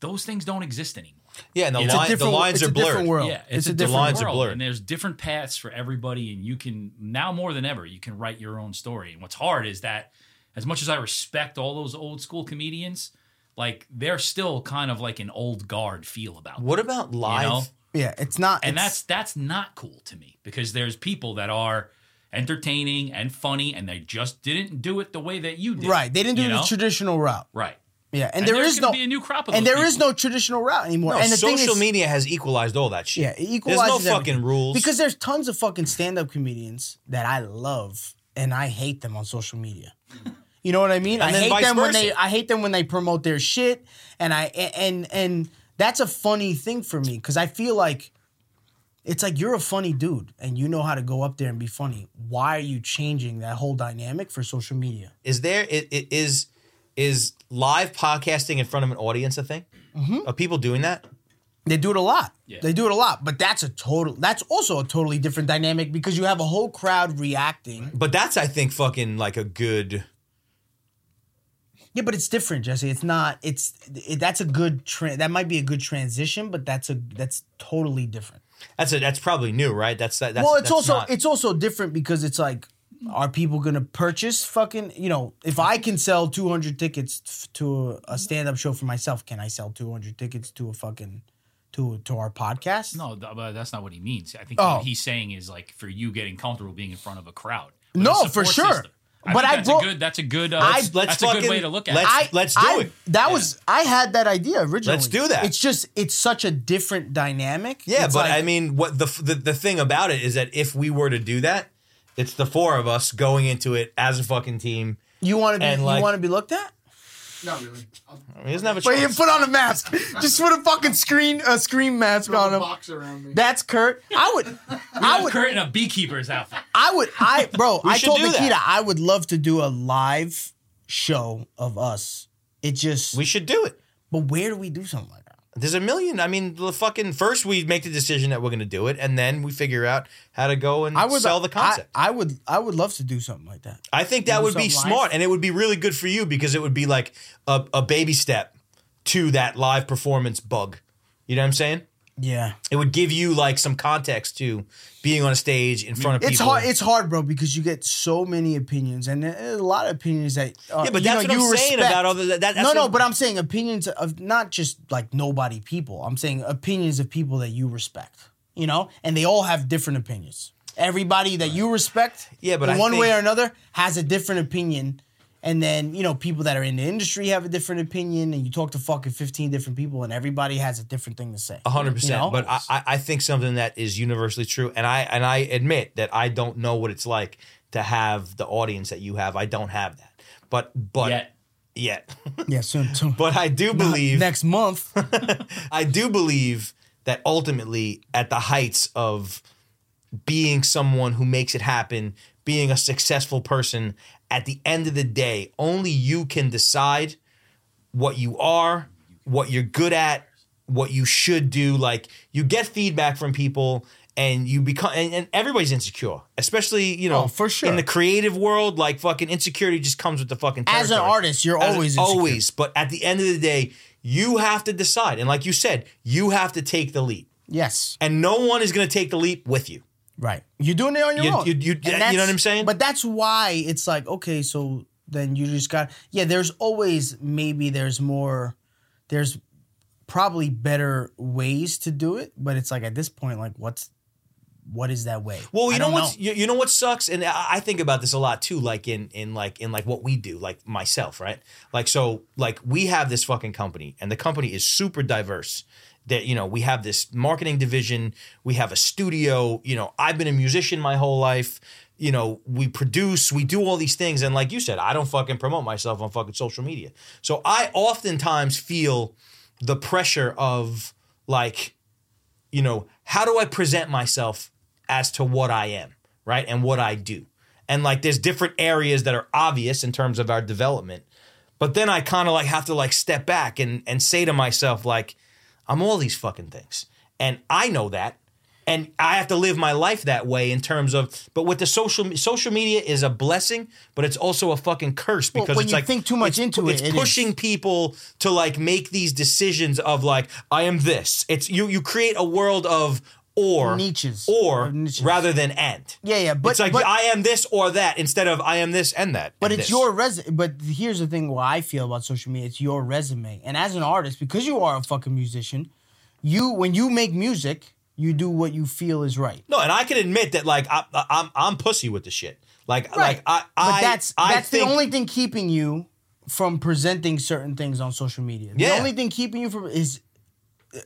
S4: Those things don't exist anymore.
S1: Yeah, and the,
S4: It's a
S1: line, the
S3: different-
S1: lines
S3: it's
S1: are
S3: a different
S1: blurred.
S3: world.
S4: Yeah,
S3: It's
S4: it's,
S3: a
S4: a,
S1: different
S4: different
S1: lines are
S4: world,
S1: blurred.
S4: and there's different paths for everybody, and you can now more than ever you can write your own story. And what's hard is that, as much as I respect all those old school comedians, like they're still kind of like an old guard feel about them,
S1: What about live?
S4: you know?
S3: yeah, it's not.
S4: and
S3: it's-
S4: that's that's not cool to me because there's people that are entertaining and funny, and they just didn't do it the way that you did.
S3: right. They didn't do
S4: you
S3: the
S4: know?
S3: traditional route.
S4: Right,
S3: Yeah, and,
S4: And
S3: there
S4: there's
S3: is
S4: gonna
S3: no
S4: be a new crop of
S3: and
S4: those
S3: there is
S4: people.
S3: no traditional route anymore.
S1: No,
S3: and the thing
S1: social
S3: is,
S1: media has equalized all that shit.
S3: Yeah, it
S1: There's no
S3: equalizes
S1: fucking
S3: everything.
S1: rules.
S3: Because there's tons of fucking stand-up comedians that I love and I hate them on social media. You know what I mean? I
S1: then
S3: hate
S1: vice
S3: them when they
S1: versa.
S3: I hate them when they promote their shit and I and and that's a funny thing for me cuz I feel like it's like you're a funny dude and you know how to go up there and be funny. Why are you changing that whole dynamic for social media?
S1: Is there it, it is is live podcasting in front of an audience a thing?
S3: Mm-hmm.
S1: Are people doing that?
S3: They do it a lot.
S4: Yeah.
S3: They do it a lot, but that's a total that's also a totally different dynamic because you have a whole crowd reacting.
S1: But that's I think fucking like a good.
S3: Yeah, but it's different, Jesse. It's not. It's it, that's a good tra- that might be a good transition, but that's a that's totally different.
S1: That's a, that's probably new, right? That's that. That's,
S3: well, it's
S1: that's
S3: also
S1: not-
S3: it's also different because it's like, are people gonna purchase fucking you know? If I can sell two hundred tickets f- to a, a stand up show for myself, can I sell two hundred tickets to a fucking to to our podcast?
S4: no, th- but that's not what he means. I think
S3: Oh.
S4: what he's saying is like for you getting comfortable being in front of a crowd. with
S3: No,
S4: a
S3: for
S4: support
S3: sure.
S4: system. I
S3: But
S4: think
S3: I
S4: that's
S3: brought-
S4: a good. That's a good. Uh,
S3: I-
S1: let's
S4: that's a good
S1: fucking-
S4: way to look at
S1: let's-
S4: it.
S3: I,
S1: let's do
S3: I-
S1: it.
S3: That was I had that idea originally.
S1: Let's do that.
S3: It's just it's such a different dynamic.
S1: Yeah,
S3: It's
S1: but
S3: like-
S1: I mean, what the, f- the the thing about it is that if we were to do that, it's the four of us going into it as a fucking team.
S3: you want to be
S1: and
S3: you
S1: like-
S3: want to be looked at.
S5: Not really. I'll
S1: I mean, he doesn't have a
S2: But you
S1: choice.
S2: put on a mask. Just put a fucking screen a screen mask
S5: throw
S2: on
S5: a
S2: him.
S5: box around me.
S3: That's Kurt. I would, I would,
S4: Kurt in a beekeeper's outfit.
S3: I would, I, bro, I
S1: should
S3: told
S1: do that.
S3: Nikita I would love to do a live show of us. It just,
S1: We should do it.
S3: but where do we do something like that?
S1: There's a million. I mean, the fucking first we make the decision that we're going to do it, and then we figure out how to go and
S3: I would
S1: sell the concept.
S3: I, I would, I would love to do something like that.
S1: I, think that
S3: do
S1: would be
S3: something live.
S1: smart, and it would be really good for you because it would be like a, a baby step to that live performance bug. You know what I'm saying?
S3: Yeah,
S1: It would give you like some context to being on a stage in front of
S3: it's
S1: people.
S3: hard. It's hard, bro, because you get so many opinions and a a lot of opinions that. Uh,
S1: yeah, but
S3: you
S1: that's
S3: know,
S1: what
S3: you
S1: I'm saying
S3: respect.
S1: about all the, that. that's
S3: no, no,
S1: what-
S3: but I'm saying opinions of not just like nobody people. I'm saying opinions of people that you respect, you know, and they all have different opinions. Everybody that you respect,
S1: Yeah, but
S3: in
S1: I
S3: one way
S1: think-
S3: or another, has a different opinion. And then you know people that are in the industry have a different opinion, and you talk to fucking fifteen different people, and everybody has a different thing to say.
S1: A hundred
S3: You
S1: percent.
S3: know?
S1: But I, I I think something that is universally true, and I and I admit that I don't know what it's like to have the audience that you have. I don't have that. But but
S4: Yet.
S1: yet.
S3: yeah, soon, soon.
S1: but I do believe
S3: next month.
S1: I do believe that ultimately at the heights of being someone who makes it happen, being a successful person, at the end of the day, only you can decide what you are, what you're good at, what you should do. Like you get feedback from people and you become and, and everybody's insecure. Especially, you know,
S3: Oh, for sure.
S1: in the creative world, like fucking insecurity just comes with the fucking
S3: As an
S1: territory.
S3: artist, you're
S1: As-
S3: always insecure.
S1: always, but at the end of the day, you have to decide. And like you said, you have to take the leap.
S3: Yes,
S1: And no one is going to take the leap with you.
S3: right. You're doing it on your
S1: You-
S3: own.
S1: you- you-
S3: And
S1: you know
S3: that's-
S1: what I'm saying?
S3: But that's why it's like okay, so then you just got yeah. There's always maybe there's more. There's probably better ways to do it, but it's like at this point, like what's what is that way?
S1: Well, you
S3: I
S1: know
S3: don't
S1: what's You, you know what sucks, and I, I think about this a lot too. Like in in like in like what we do, like myself, right? Like so, like we have this fucking company, and the company is super diverse. That you know, we have this marketing division, we have a studio. You know, I've been a musician my whole life. You know, we produce, we do all these things, and like you said, I don't fucking promote myself on fucking social media. So I oftentimes feel the pressure of like you know, how do I present myself as to what I am, right? And what I do. And like there's different areas that are obvious in terms of our development. But then I kind of like have to like step back and and say to myself like I'm all these fucking things. And I know that. And I have to live my life that way in terms of but with the social social media is a blessing, but it's also a fucking curse because
S3: when
S1: it's
S3: you
S1: like
S3: think too much
S1: it's-
S3: into it,
S1: it's
S3: it is.
S1: pushing people to like make these decisions of like I am this. It's you you create a world of or
S3: Niches.
S1: or
S3: Of niches.
S1: rather than and.
S3: Yeah, yeah, but-
S1: it's like
S3: but-
S1: I am this or that instead of I am this and that.
S3: But
S1: and
S3: it's
S1: this.
S3: your resume. But here's the thing: what I feel about social media, it's your resume. And as an artist, because you are a fucking musician, you when you make music, you do what you feel is right.
S1: no, and I can admit that like I, I, I'm I'm pussy with the shit. Like like I
S3: but
S1: I
S3: that's
S1: I
S3: that's
S1: think-
S3: the only thing keeping you from presenting certain things on social media. The
S1: Yeah.
S3: only thing keeping you from is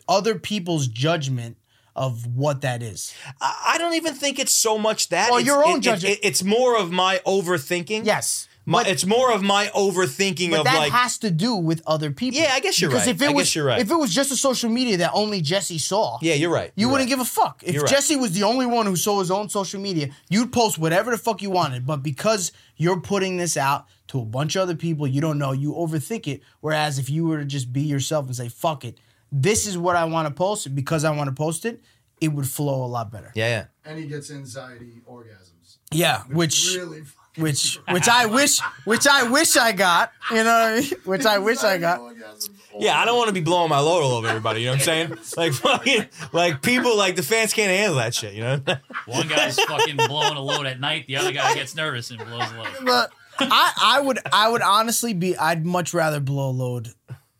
S3: other people's judgment of what that is.
S1: I I don't even think it's so much that.
S3: Well,
S1: it's,
S3: your
S1: it-
S3: own
S1: it-
S3: judgment.
S1: it- it's more of my overthinking.
S3: Yes.
S1: My,
S3: but-
S1: it's more of my overthinking
S3: But
S1: of
S3: that
S1: like
S3: has to do with other people.
S1: Yeah, I guess you're
S3: because
S1: right.
S3: If it
S1: I
S3: was,
S1: guess you're right.
S3: If it was just a social media that only Jesse saw,
S1: yeah, you're right.
S3: you
S1: You're
S3: wouldn't
S1: right.
S3: give a fuck. If
S1: You're right.
S3: Jesse was the only one who saw his own social media, you'd post whatever the fuck you wanted. But because you're putting this out to a bunch of other people you don't know, you overthink it. Whereas if you were to just be yourself and say, fuck it, this is what I want to post, and because I want to post it, it would flow a lot better.
S1: Yeah, yeah.
S5: And he gets anxiety orgasms.
S3: Yeah, which
S5: really fucking
S3: which which I wish which I wish I got, you know, what I mean? which I wish I got.
S5: Anxiety orgasms.
S1: Yeah, I don't want to be blowing my load all over everybody. You know what I'm saying? Like fucking, like people, like the fans can't handle that shit. You know?
S4: One guy's fucking blowing a load at night. The other guy gets nervous and blows a load.
S3: But I, I would I would honestly be I'd much rather blow load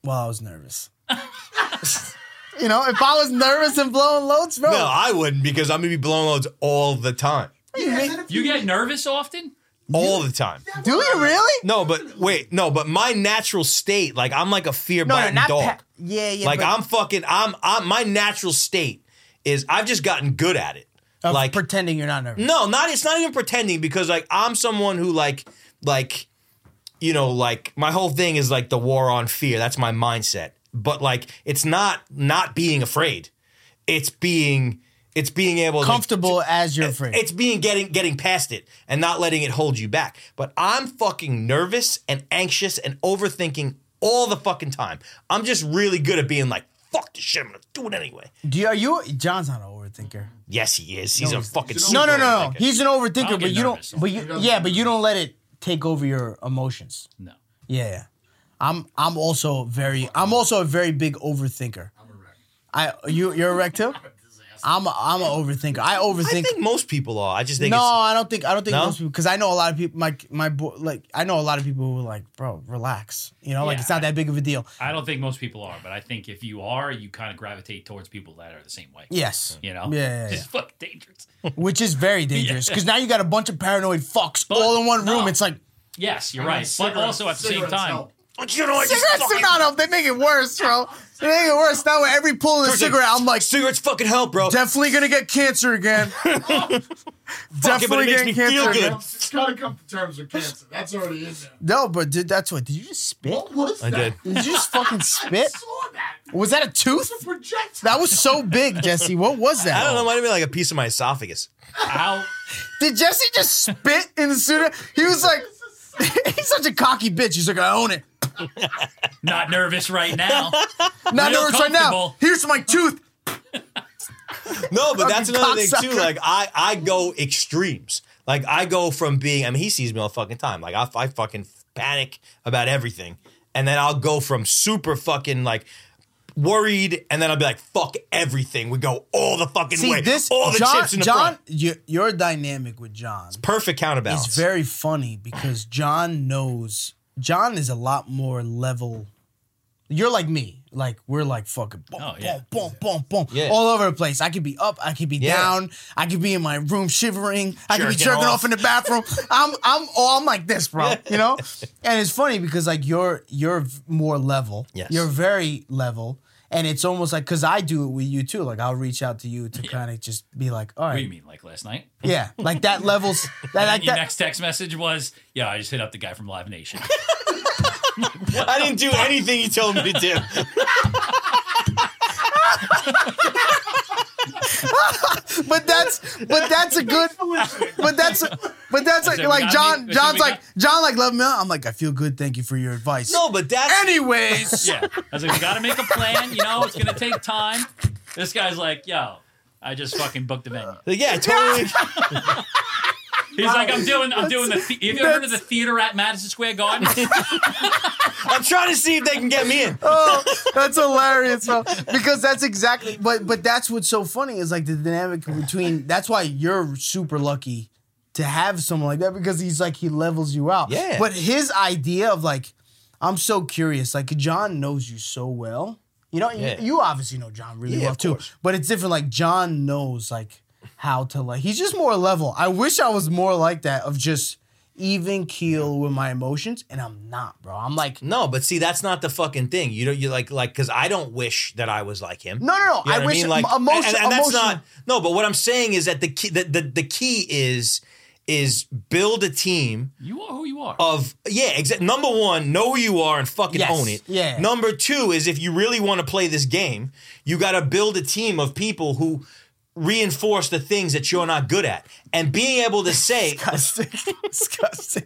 S3: while I was nervous. you know, if I was nervous and blowing loads, bro.
S1: No, I wouldn't because I'm gonna be blowing loads all the time,
S5: Yeah, is that if
S4: You get nervous often?
S1: all the time.
S3: Do you really?
S1: No, but wait, no, but my natural state, like I'm like a fear
S3: No,
S1: biting dog.
S3: pa- yeah, yeah.
S1: like
S3: but
S1: I'm fucking, I'm, I'm. My natural state is I've just gotten good at it.
S3: of
S1: like
S3: pretending you're not nervous.
S1: No, not it's not even pretending because like I'm someone who like like you know like my whole thing is like the war on fear. That's my mindset. But like it's not not being afraid. It's being it's being able to
S3: Comfortable as you're afraid.
S1: it's being getting getting past it and not letting it hold you back. But I'm fucking nervous and anxious and overthinking all the fucking time. I'm just really good at being like fuck this shit. I'm gonna do it anyway.
S3: Do you, are you John's not an overthinker.
S1: Yes, he is. He's a fucking
S3: No, no, no, no.
S1: superthinker.
S3: He's an overthinker,
S4: get
S3: but you
S4: nervous.
S3: don't but you
S5: doesn't
S3: yeah,
S5: get
S3: but you don't let it take over your emotions.
S4: No.
S3: Yeah, yeah. I'm I'm also very I'm also a very big overthinker.
S5: I'm a wreck.
S3: I you you're a wreck too? I'm a, I'm an overthinker. I
S1: I
S3: overthink.
S1: think most people are. I just think
S3: no,
S1: it's,
S3: I don't think I don't think
S1: No?
S3: most people because I know a lot of people. My my boy, like I know a lot of people who are like, bro, relax. You know, like
S4: Yeah,
S3: it's not that big of a deal.
S4: I don't think most people are, but I think if you are, you kind of gravitate towards people that are the same way.
S3: Yes,
S4: You know?
S3: Yeah, yeah,
S4: It's fucking dangerous.
S3: which is very dangerous because now you got a bunch of paranoid fucks all in one room.
S4: no.
S3: It's like
S4: Yes, you're right. But
S5: Cigarettes-
S4: also at the same
S5: cigarettes
S4: time,
S5: help.
S1: you know, I just
S3: cigarettes are
S1: fucking-
S3: not up. They make it worse, bro. They make it worse. Now with every pull of the cigarette, I'm like
S1: cigarettes fucking help, bro.
S3: definitely gonna get cancer again.
S1: Fuck it, but
S3: definitely
S1: it makes me
S3: getting cancer.
S1: feel
S3: again.
S1: good.
S5: It's gotta come to terms with cancer. That's already in there.
S3: No, but did that's what? Did you just spit?
S5: What was
S1: I
S5: that?
S1: did.
S3: Did you just fucking
S5: I
S3: spit?
S5: saw that.
S3: Was that a tooth?
S5: It's a projectile.
S3: That was so big, Jesse. What was that?
S1: I don't know. Might have been like a piece of my esophagus.
S4: how
S3: Did Jesse just spit in the studio? He was like, he's such a cocky bitch. He's like, I own it.
S4: Not nervous right now.
S2: Not
S4: Real
S2: nervous right now.
S4: comfortable.
S2: Here's my tooth.
S1: No, but that's
S2: Fucking
S1: another thing too.
S2: cocksucker.
S1: Like I, I go extremes. Like I go from being. I mean, he sees me all the fucking time. Like I, I fucking panic about everything, and then I'll go from super fucking like worried, and then I'll be like, fuck everything. We go all the fucking way.
S3: See this,
S1: all the
S3: John.
S1: chips in the
S3: John,
S1: front.
S3: your, your dynamic with John
S1: Perfect counterbalance.
S3: is very funny because John knows. John is a lot more level. You're like me. Like we're like fucking boom,
S4: Oh, yeah.
S3: boom, boom, boom, boom,
S1: Yeah.
S3: all over the place. I could be up, I could be
S1: Yeah.
S3: down, I could be in my room shivering, I could be
S1: Jerking
S3: jerking
S1: off.
S3: off in the bathroom. I'm, I'm, oh, I'm like this, bro. You know. And it's funny because like you're, you're v- more level.
S1: Yes.
S3: You're very level. And it's almost like because I do it with you too. Like I'll reach out to you to kind of just be like, all
S4: What do
S3: right,
S4: you mean, like last night?
S3: yeah, like that levels that like
S4: Your
S3: that.
S4: next text message was, "Yeah, I just hit up the guy from Live Nation."
S1: I didn't do anything you told me to do.
S3: but that's but that's a good but that's a, but that's
S4: Is
S3: a,
S4: it
S3: like
S4: without
S3: John
S4: me? Is it
S3: John's
S4: without-
S3: like John like love me I'm like I feel good thank you for your advice
S1: No, but that's
S3: anyways
S4: yeah, I was like, "We got to make a plan. You know, it's gonna take time." This guy's like, "Yo." I just fucking booked a venue.
S1: Like, yeah, totally.
S4: He's like, I'm doing, I'm doing the. The- Have you ever heard of the theater at Madison Square Garden?
S1: I'm trying to see if they can get me in.
S3: oh that's hilarious bro. because that's exactly but but that's what's so funny is like the dynamic between that's why you're super lucky to have someone like that because he's like he levels you out
S1: Yeah.
S3: but his idea of like I'm so curious like John knows you so well you know you-
S1: Yeah.
S3: you, obviously know John really
S1: Yeah,
S3: well
S1: of
S3: too
S1: course.
S3: but it's different like John knows like how to like he's just more level I wish I was more like that of just even keel with my emotions and I'm not bro I'm like
S1: No, but see, that's not the fucking thing. You don't. You like like because I don't wish that I was like him.
S3: no, no, no.
S1: You know
S3: I
S1: what
S3: wish
S1: mean?
S3: em- emotion,
S1: and, and that's
S3: emotion-
S1: not no. But what I'm saying is that the key, the, the, the key is is build a team
S4: you are who you
S3: Oh,
S4: are.
S1: of yeah. Exact. Number one, know who you are and fucking
S3: Yes.
S1: own it.
S3: Yeah.
S1: Number two is if you really want to play this game, you got to build a team of people who reinforce the things that you're not good at and being able to say
S3: Disgusting. Disgusting.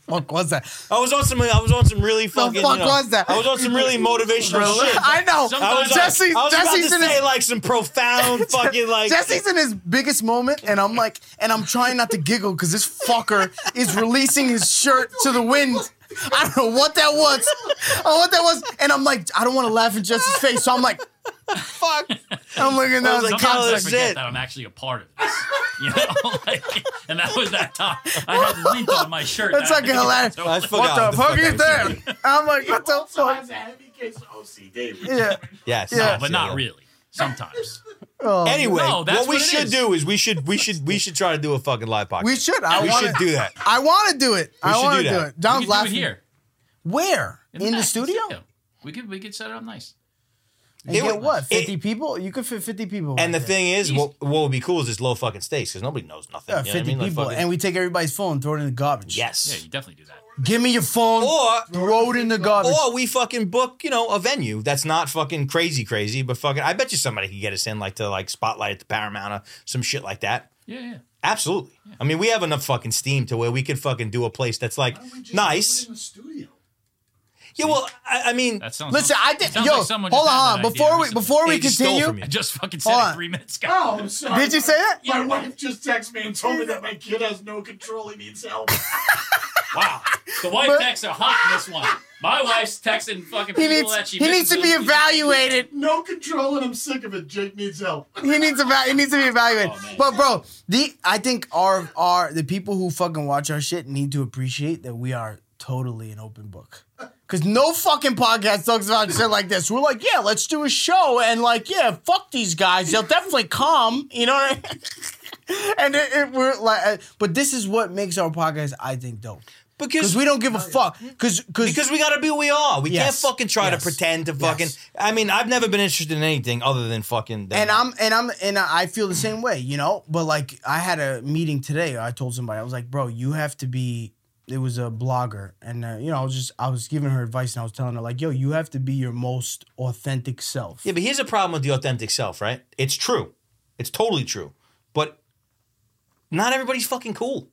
S3: fuck was that?
S1: I was on some I was on some really fucking you
S3: fuck
S1: know,
S3: was that?
S1: I was on some really motivational shit.
S3: I know.
S1: I
S4: Sometimes-
S1: was,
S3: Jesse,
S1: I was
S3: Jesse's
S1: about
S3: in
S1: to say
S3: his
S1: like some profound fucking like
S3: Jesse's in his biggest moment, and I'm like, and I'm trying not to giggle because this fucker is releasing his shirt to the wind. I don't know what that was. I don't know what that was, and I'm like, I don't want to laugh in Jesse's face, so I'm like,
S1: fuck.
S3: I'm looking down. I was like,
S1: like,
S4: Sometimes I
S1: College
S4: forget
S1: shit.
S4: that I'm actually a part of this. You know, like, and that was that time. I had lint on my shirt.
S3: That's
S4: that
S3: fucking
S4: I didn't
S3: hilarious.
S4: know.
S1: I forgot
S2: What the fuck
S1: I
S2: is
S1: was
S2: that?
S1: doing.
S3: I'm like, what the
S5: also
S3: fuck?
S5: has a heavy case of OCD. which-
S3: Yeah.
S1: Yes.
S3: Yeah.
S4: No, oh, but not really. Sometimes.
S3: Oh,
S1: Anyway,
S4: No, that's
S1: what we
S4: what it
S1: should
S4: is.
S1: do is we should we should we should try to do a fucking live podcast.
S3: we should. I
S1: We
S3: want
S1: should do that.
S3: I want to do it. I
S1: should
S3: want to
S1: do
S3: do,
S1: that.
S3: it. John's
S4: we could do
S3: laughing.
S4: it here
S3: Where? In, the
S4: back,
S3: studio?
S4: We could we could set it up nice.
S3: And
S1: It
S3: get
S1: would-
S3: what?
S1: it-
S3: 50 people? You could fit 50 people.
S1: And the
S3: right there.
S1: thing is, what, what would be cool is just low fucking stakes because nobody knows nothing.
S3: Yeah,
S1: you know
S3: 50
S1: what I mean? Like,
S3: people.
S1: fucking-
S3: and we take everybody's phone and throw it in the garbage.
S4: Yeah,
S1: yes.
S4: you definitely do that.
S3: Give me your phone.
S1: Or-
S3: throw it in the garbage.
S1: Or we fucking book, you know, a venue that's not fucking crazy, crazy, but fucking. I bet you somebody could get us in, like to like spotlight at the Paramount or some shit like that.
S4: Yeah, yeah.
S1: Absolutely. I mean, we have enough fucking steam to where we could fucking do a place that's like
S5: Why don't we just do it
S1: nice.
S5: in the studio?
S1: Yeah, well, I, I mean,
S4: That sounds.
S3: Listen, I
S4: it
S3: did.
S4: sounds
S3: Yo,
S4: like someone
S3: hold on,
S4: just
S3: hold
S4: had
S3: on.
S4: that idea
S3: Before we before we
S4: recently.
S1: They just stole from
S3: continue,
S1: you.
S4: I just fucking said
S3: Hold
S4: it
S3: on.
S4: three minutes ago.
S5: Oh, I'm sorry.
S3: did you say that?
S5: My wife just texted me and told me that my kid has no control. He needs help.
S4: Wow, the wife texts are hot in this one. My wife's texting fucking
S3: He
S4: people that
S3: needs
S4: she
S3: he needs to be
S4: misses.
S3: evaluated.
S5: no control, and I'm sick of it. Jake needs help.
S3: He needs eva- he needs to be evaluated.
S4: Oh, man.
S3: but bro, the I think our our the people who fucking watch our shit need to appreciate that we are totally an open book. Cause no fucking podcast talks about shit like this. We're like, yeah, let's do a show and like, yeah, fuck these guys. They'll definitely come. You know what I mean? And it, it, we're like, uh, but this is what makes our podcast, I think, dope. Because
S1: because
S3: we don't give a fuck. Cause, cause,
S1: because we gotta be who we are. We can't
S3: Yes.
S1: fucking try to
S3: Yes.
S1: pretend to fucking.
S3: Yes.
S1: I mean, I've never been interested in anything other than fucking. that.
S3: and I'm and I'm and I feel the same way, you know. But like I had a meeting today. I told somebody I was like, "Bro, you have to be." It was a blogger, and uh, you know, I was just I was giving her advice, and I was telling her like, "Yo, you have to be your most authentic self."
S1: yeah, but here's a problem with the authentic self, right? It's true, it's totally true, but not everybody's fucking cool.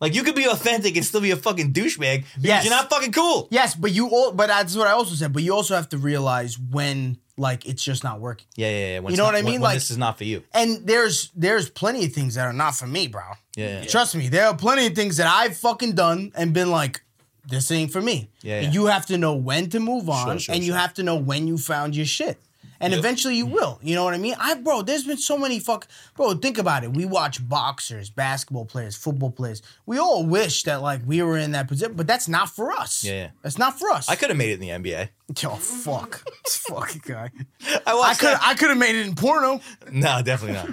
S1: Like you could be authentic and still be a fucking douchebag because
S3: Yes.
S1: you're not fucking cool.
S3: Yes, but you all. But that's what I also said. But you also have to realize when like it's just not working.
S1: Yeah, yeah, yeah. When
S3: You
S1: it's
S3: know
S1: not-
S3: what I
S1: when-
S3: mean?
S1: when
S3: Like-
S1: this is not for you.
S3: And there's there's plenty of things that are not for me, bro.
S1: Yeah, yeah.
S3: Trust me, there are plenty of things that I've fucking done and been like, this ain't for me.
S1: Yeah,
S3: And
S1: yeah.
S3: You have to know when to move on,
S1: sure,
S3: and you
S1: sure.
S3: have to know when you found your shit. And eventually you will. You know what I mean? I bro, there's been so many fuck bro, think about it. We watch boxers, basketball players, football players. We all wish that like we were in that position, but that's not for us.
S1: Yeah, yeah.
S3: That's not for us.
S1: I could have made it in the NBA.
S3: Oh fuck. this fucking guy.
S1: I
S3: I
S1: watched.
S3: could
S1: that.
S3: I could have made it in porno.
S1: no, definitely not.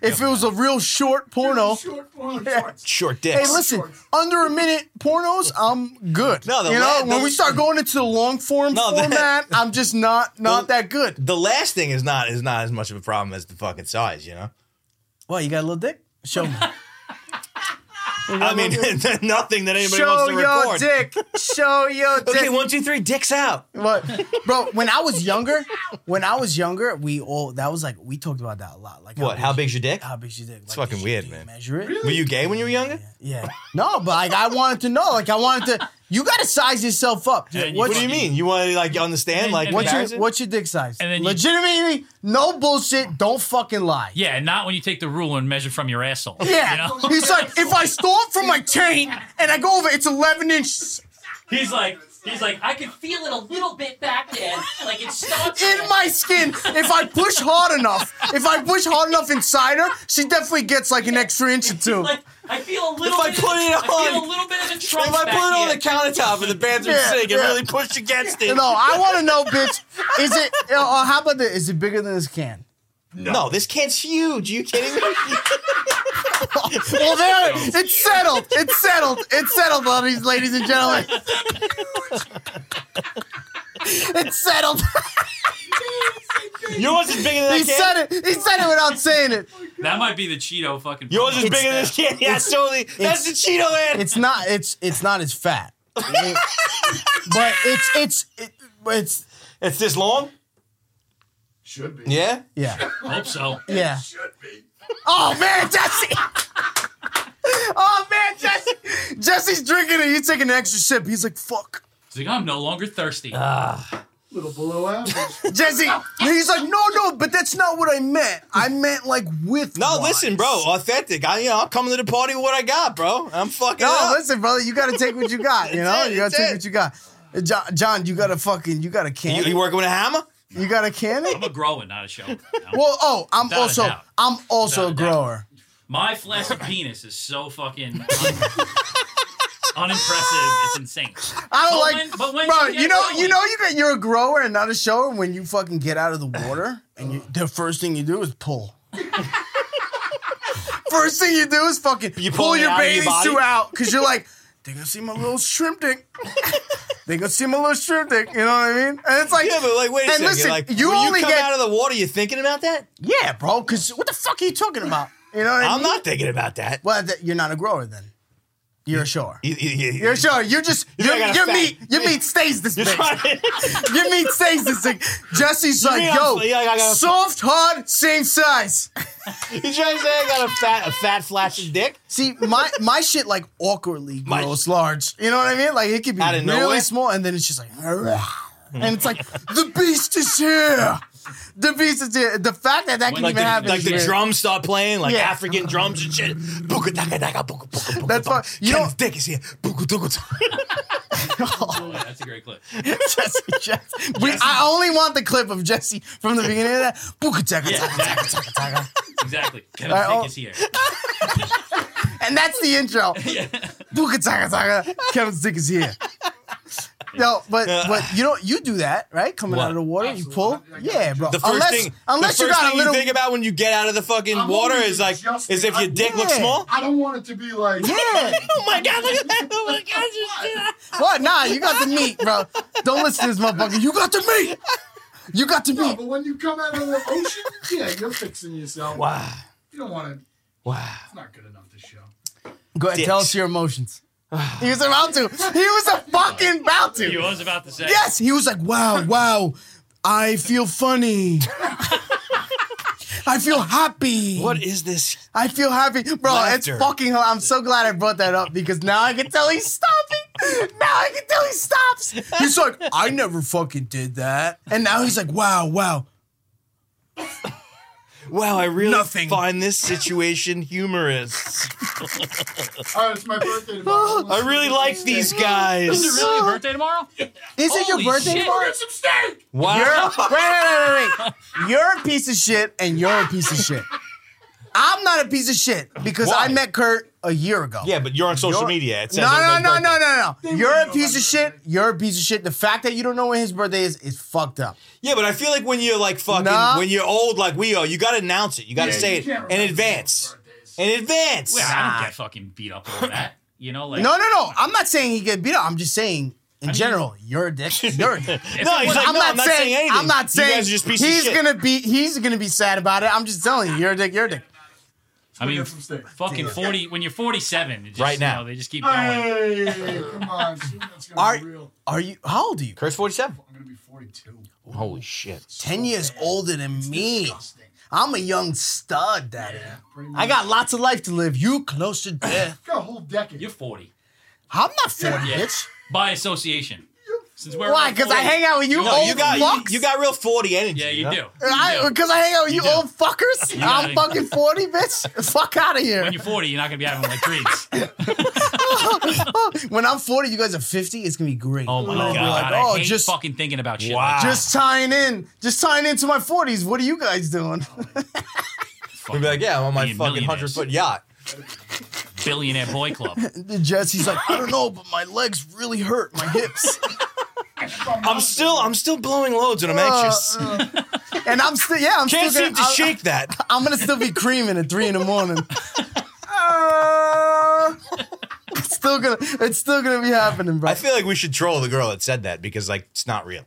S3: If it was a real short porno.
S5: Short form
S3: Oh, Yeah.
S5: shorts.
S1: Short
S3: Hey,
S1: dicks.
S3: listen, under a minute pornos, I'm good.
S1: No, the
S3: you know,
S1: la-
S3: when
S1: the-
S3: we start going into the long form
S1: No, the-
S3: format, I'm just not not
S1: The-
S3: that good.
S1: the last thing is not is not as much of a problem as the fucking size, you know.
S3: Well, you got a little dick? Show me.
S1: I mean, nothing that anybody
S3: Show
S1: wants to record.
S3: your dick. Show your dick.
S1: Okay, one, two, three, dicks out.
S3: What, bro? When I was younger, when I was younger, we all that was like we talked about that a lot. Like
S1: What? How big's your dick?
S3: How big's your dick? It's
S1: fucking weird, man.
S3: Measure it.
S1: Were you gay when you were younger?
S3: Yeah. No, but like I wanted to know. Like I wanted to. You gotta size yourself up.
S4: And you-
S1: What do you mean? You want to like understand
S4: And-
S1: like
S4: and
S3: What's
S1: comparison?
S3: your what's your dick size?
S4: And then you-
S3: Legitimately, no bullshit. Don't fucking lie.
S4: Yeah, and not when you take the ruler and measure from your asshole.
S3: Yeah.
S4: You know?
S3: He's like, if I stole it from my chain and I go over, it's eleven inches
S4: He's like, he's like, I can feel it a little bit back there, like it starts
S3: in my skin. If I push hard enough, if I push hard enough inside her, she definitely gets like an extra inch or two.
S4: Like, I feel a little.
S1: If I
S4: bit
S1: put
S4: of,
S1: it
S4: I feel
S1: on-
S4: a little bit of a
S1: if
S4: trunk
S1: I put
S4: back
S1: it on
S4: here.
S1: the countertop in the bathroom
S3: Yeah,
S1: sink, it
S3: yeah.
S1: really pushed against it.
S3: No, I want to know, bitch. Is it? Or how about the? Is it bigger than this can?
S1: No, this can's huge. Are you kidding me?
S3: Well, there, it's settled. It's settled. It's settled, ladies, ladies and gentlemen. It's settled.
S1: Yours is bigger than
S3: He
S1: that can.
S3: said it. He said it without saying it.
S4: That might be the Cheeto fucking.
S1: Yours is
S4: promo.
S1: bigger than this can. Yeah, it's, totally. That's the Cheeto man.
S3: It's not. It's it's not as fat. It- but it's it's it, it's
S1: It's this long?
S5: Should be.
S1: Yeah.
S3: yeah
S4: Hope so.
S3: yeah.
S5: Should be.
S3: Oh man, Jesse. Oh man, Jesse. Jesse's drinking it. He's taking an extra sip. He's like, fuck.
S4: He's like, I'm no longer thirsty.
S3: Uh.
S5: Little below average.
S3: Jesse. He's like, no, no, but that's not what I meant. I meant like with.
S1: No,
S3: wine."
S1: listen, bro. Authentic. I, you know, I'm coming to the party with what I got, bro. I'm fucking.
S3: No,
S1: up.
S3: Oh, listen, brother. You gotta take what you got. You know,
S1: it,
S3: you gotta
S1: that's
S3: take
S1: it.
S3: what you got. Uh, John, John, you got a fucking, you got a
S1: You,
S3: can.
S1: you
S3: You,
S1: working with a hammer?
S3: got a can.
S4: I'm a grower, not a shower. No.
S3: Well, oh, I'm
S4: Without a
S3: also,
S4: doubt.
S3: I'm also a
S4: Without a doubt.
S3: grower.
S4: My flaccid penis is so fucking un- unimpressive. It's insane.
S3: I don't
S4: But
S3: like,
S4: when- but when
S3: bro.
S4: you
S3: You
S4: get
S3: know,
S4: going-
S3: you know, you got, you're a grower and not a shower when you fucking get out of the water and you, the first thing you do is pull. first thing you do is fucking
S1: You
S3: pull
S1: pulling it
S3: your
S1: out of your
S3: bathing
S1: body?
S3: suit out because you're like, they gonna see my little shrimp dick. they gonna see my little shrimp dick. You know what I mean? And it's like,
S1: Yeah, but like, wait a
S3: And
S1: second.
S3: listen,
S1: like,
S3: you
S1: when
S3: only
S1: you come
S3: get-
S1: out of the water, you thinking about that?
S3: yeah, bro. Because what the fuck are you talking about? You know what I
S1: I'm
S3: mean?
S1: not thinking about that.
S3: Well, th- you're not a grower then. You're a shower.
S1: You- you- you-
S3: You're a shower. You just your,
S1: like on a
S3: your
S1: fat-
S3: meat your meat stays this
S1: you're
S3: big.
S1: trying-
S3: Your meat stays this big. Jesse's like,
S1: mean
S3: yo,
S1: I'm- yeah, I got-
S3: soft, hard, same size.
S1: You trying to say I got a fat, a fat, flashing dick?
S3: See, my my shit like awkwardly
S1: My-
S3: grows large. You know what I mean? Like it could be
S1: Out of
S3: really
S1: nowhere? Mm.
S3: small, and then it's just like, and it's like the beast is here. The beast is here. The fact that that can
S1: Like
S3: even
S1: the,
S3: happen,
S1: like
S3: is
S1: the
S3: weird.
S1: drums start playing, like
S3: Yeah.
S1: African drums and shit. Buka daka daka buka buka buka.
S3: That's
S1: buka.
S3: fu- you
S1: Ken's
S3: know-
S1: dick is here. Buka duka.
S4: Oh, yeah, that's a great clip.
S3: Jesse, Jesse. We, I only want the clip of Jesse from the beginning of that. Booka taka
S4: Yeah,
S3: taka taka taka taka.
S4: Exactly. Kevin
S3: Alright,
S4: Dick
S3: oh.
S4: is here.
S3: And that's the intro. Booka taka taka. Kevin's dick is here. No, but but you know you do that right? Coming
S1: What?
S3: out of the water, you
S5: Absolutely.
S3: pull.
S5: I- I got
S3: Yeah,
S5: you.
S3: bro.
S1: The first
S3: unless
S1: thing,
S3: unless
S1: the
S3: you
S1: first
S3: got
S1: thing
S3: a little.
S1: you think about when you get out of the fucking
S5: I'm
S1: water
S5: only
S1: is like,
S5: adjusting.
S1: is if your
S5: I'm-
S1: dick looks
S3: Yeah.
S1: small.
S5: I don't want it to be like.
S3: yeah.
S1: Oh my god! Look at that! Oh my god! you did that.
S3: What? Nah, you got the meat, bro. Don't listen to this motherfucker. You got the meat. You got the
S5: No,
S3: meat.
S5: but when you come out of the ocean, yeah, you're fixing yourself.
S1: Wow!
S5: You don't want to.
S1: Wow!
S5: It's not good enough to show.
S3: Go ahead, tell
S1: Dicks.
S3: us your emotions. He was about to. He was a fucking about to.
S4: You was about to say.
S3: Yes, he was like, wow, wow, I feel funny. I feel happy.
S1: What is this?
S3: I feel happy, bro.
S1: Laughter.
S3: It's fucking. hell- I'm so glad I brought that up because now I can tell he's stopping. Now I can tell he stops. He's like, I never fucking did that, and now he's like, wow, wow.
S1: Wow, I really
S3: Nothing.
S1: find this situation humorous.
S5: Oh, it's my birthday tomorrow.
S1: Oh, I really like these
S4: Is it
S1: guys.
S4: really your birthday tomorrow?
S3: Is it your
S4: Holy
S3: birthday
S4: shit.
S3: tomorrow?
S5: Get some steak.
S1: Wow.
S3: You're, wait, wait, wait, wait, wait. You're a piece of shit, and you're a piece of shit. I'm not a piece of shit because
S1: Why?
S3: I met Kurt a year ago.
S1: Yeah, but you're on social
S3: You're-
S1: media. It says
S3: No, no,
S1: everybody's
S3: no,
S1: birthday.
S3: no, no, no. You're
S5: wouldn't
S3: a
S5: know
S3: piece
S5: my
S3: of shit.
S5: birthday.
S3: You're a piece of shit. The fact that you don't know when his birthday is is fucked up.
S1: Yeah, but I feel like when you're like fucking,
S3: Nah.
S1: when you're old like we are, you got to announce it. You got to
S5: Yeah,
S1: say
S5: you
S1: it
S5: can't
S1: in
S5: remember
S1: advance.
S5: birthdays.
S1: In advance.
S4: Well, I
S3: Nah.
S4: don't get fucking beat up over that. You know, like
S3: No, no, no. I'm not saying he get beat up. I'm just saying in general, you're a dick. You're a dick.
S1: No, he's like,
S3: I'm,
S1: no,
S3: not
S1: I'm not saying, anything.
S3: I'm not saying
S1: you guys are just pieces
S3: he's
S1: of shit.
S3: gonna be he's gonna be sad about it. I'm just telling you, you're a dick. You're a dick.
S4: I mean,
S5: Get some steak.
S4: fucking forty when you're forty-seven. it Just,
S1: Right
S4: you
S1: now.
S4: know, they just keep going.
S5: Hey, come on, soon that's gonna
S3: Are-
S5: be real.
S3: Are you? How old are you?
S1: Curse 47.
S5: I'm gonna be 42.
S1: Holy shit.
S3: Ten years older than me.
S5: Disgusting.
S3: I'm a young stud, daddy.
S5: Pretty much.
S3: I got lots of life to live. You close to death.
S5: Got a whole decade.
S4: You're forty
S3: I'm not forty,
S4: Yeah.
S3: bitch.
S4: by association. Since we're
S3: Why?
S4: all
S3: Because I
S4: 40.
S3: hang out with you
S1: No,
S3: old
S1: you got
S3: fucks.
S1: you, you got real 40 energy.
S4: Yeah,
S1: you
S4: you
S1: know?
S4: do. You do.
S3: Because I hang out with you,
S4: do.
S3: old fuckers.
S4: You
S3: I'm
S4: gotta-
S3: fucking forty, bitch. Fuck out of here.
S4: When you're forty, you're not gonna be having like dreams.
S3: when I'm 40, you guys are 50, it's gonna be great.
S4: Oh my
S1: Oh,
S4: god!
S3: God.
S4: I
S3: Oh,
S4: hate
S3: just-
S4: fucking thinking about shit.
S1: Wow.
S4: Like,
S3: Just tying in, just tying into my 40s. What are you guys doing?
S1: We'd be like, yeah, I'm on my
S4: Being
S1: fucking 100
S4: millionaires.
S1: foot yacht.
S4: billionaire boy club.
S3: Jesse's like, I don't know, but my legs really hurt, my hips,
S1: I'm still I'm still blowing loads and I'm anxious.
S3: and I'm still, yeah, I'm
S1: Can't
S3: Oh, still
S1: seem
S3: gonna,
S1: to
S3: I-
S1: shake that.
S3: I'm gonna still be creaming at three in the morning. Uh, it's still gonna, it's still gonna be happening, bro.
S1: I feel like we should troll the girl that said that because like it's not real.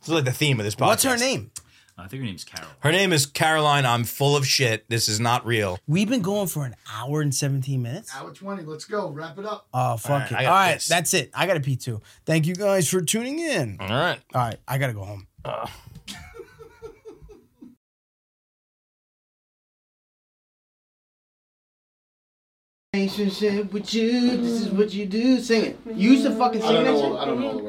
S1: It's like the theme of this podcast.
S3: What's her name?
S4: I think her name's Carol.
S1: Her name is Caroline. I'm full of shit. This is not real.
S3: We've been going for an hour and 17 minutes.
S5: Hour 20. Let's go. Wrap it up.
S3: Oh, fuck
S1: right,
S3: it.
S1: I
S3: All
S1: gotta
S3: right,
S1: piss.
S3: that's it. I gotta pee too. Thank you guys for tuning in.
S1: All right.
S3: All right, I gotta go home.
S6: Relationship with you, this is what you do. Sing it. Use the fucking
S5: I don't
S6: signature.
S5: know. I don't know all the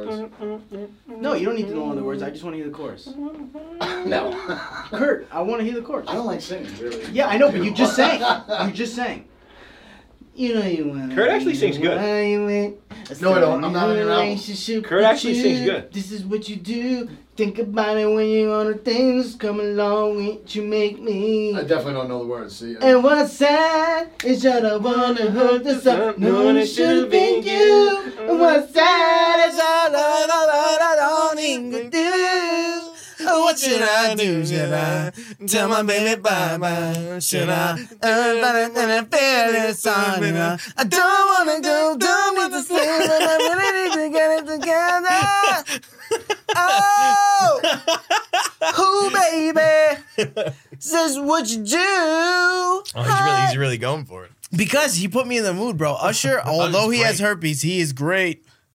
S5: words.
S6: No, you don't need to know all the words. I just want to hear the chorus.
S5: No.
S6: Kurt, I want to hear the chorus.
S5: I don't like singing, really.
S6: Yeah, I know, but you just sang. You just sang. You know you want. Kurt actually sings good.
S5: No, I don't. I'm not on your album.
S6: relationship. Kurt actually sings good. This is what you do. Think about it when you're on the things come along with you make me.
S5: I definitely don't know the words. See, I-
S6: And what's sad is you're the one who hooked us up. No one should have been you. And what's sad is all that I don't even do.
S3: What should I do? Should I tell my baby bye bye? Should I everybody in a fearless on you know? I don't wanna go, don't need to stay, but I really need to get it together. Oh, who baby? Says what you do?
S1: Oh, he's really he's really going for it.
S3: Oh, Because he put me in the mood, bro. Usher, although he has
S1: great.
S3: herpes, he is great.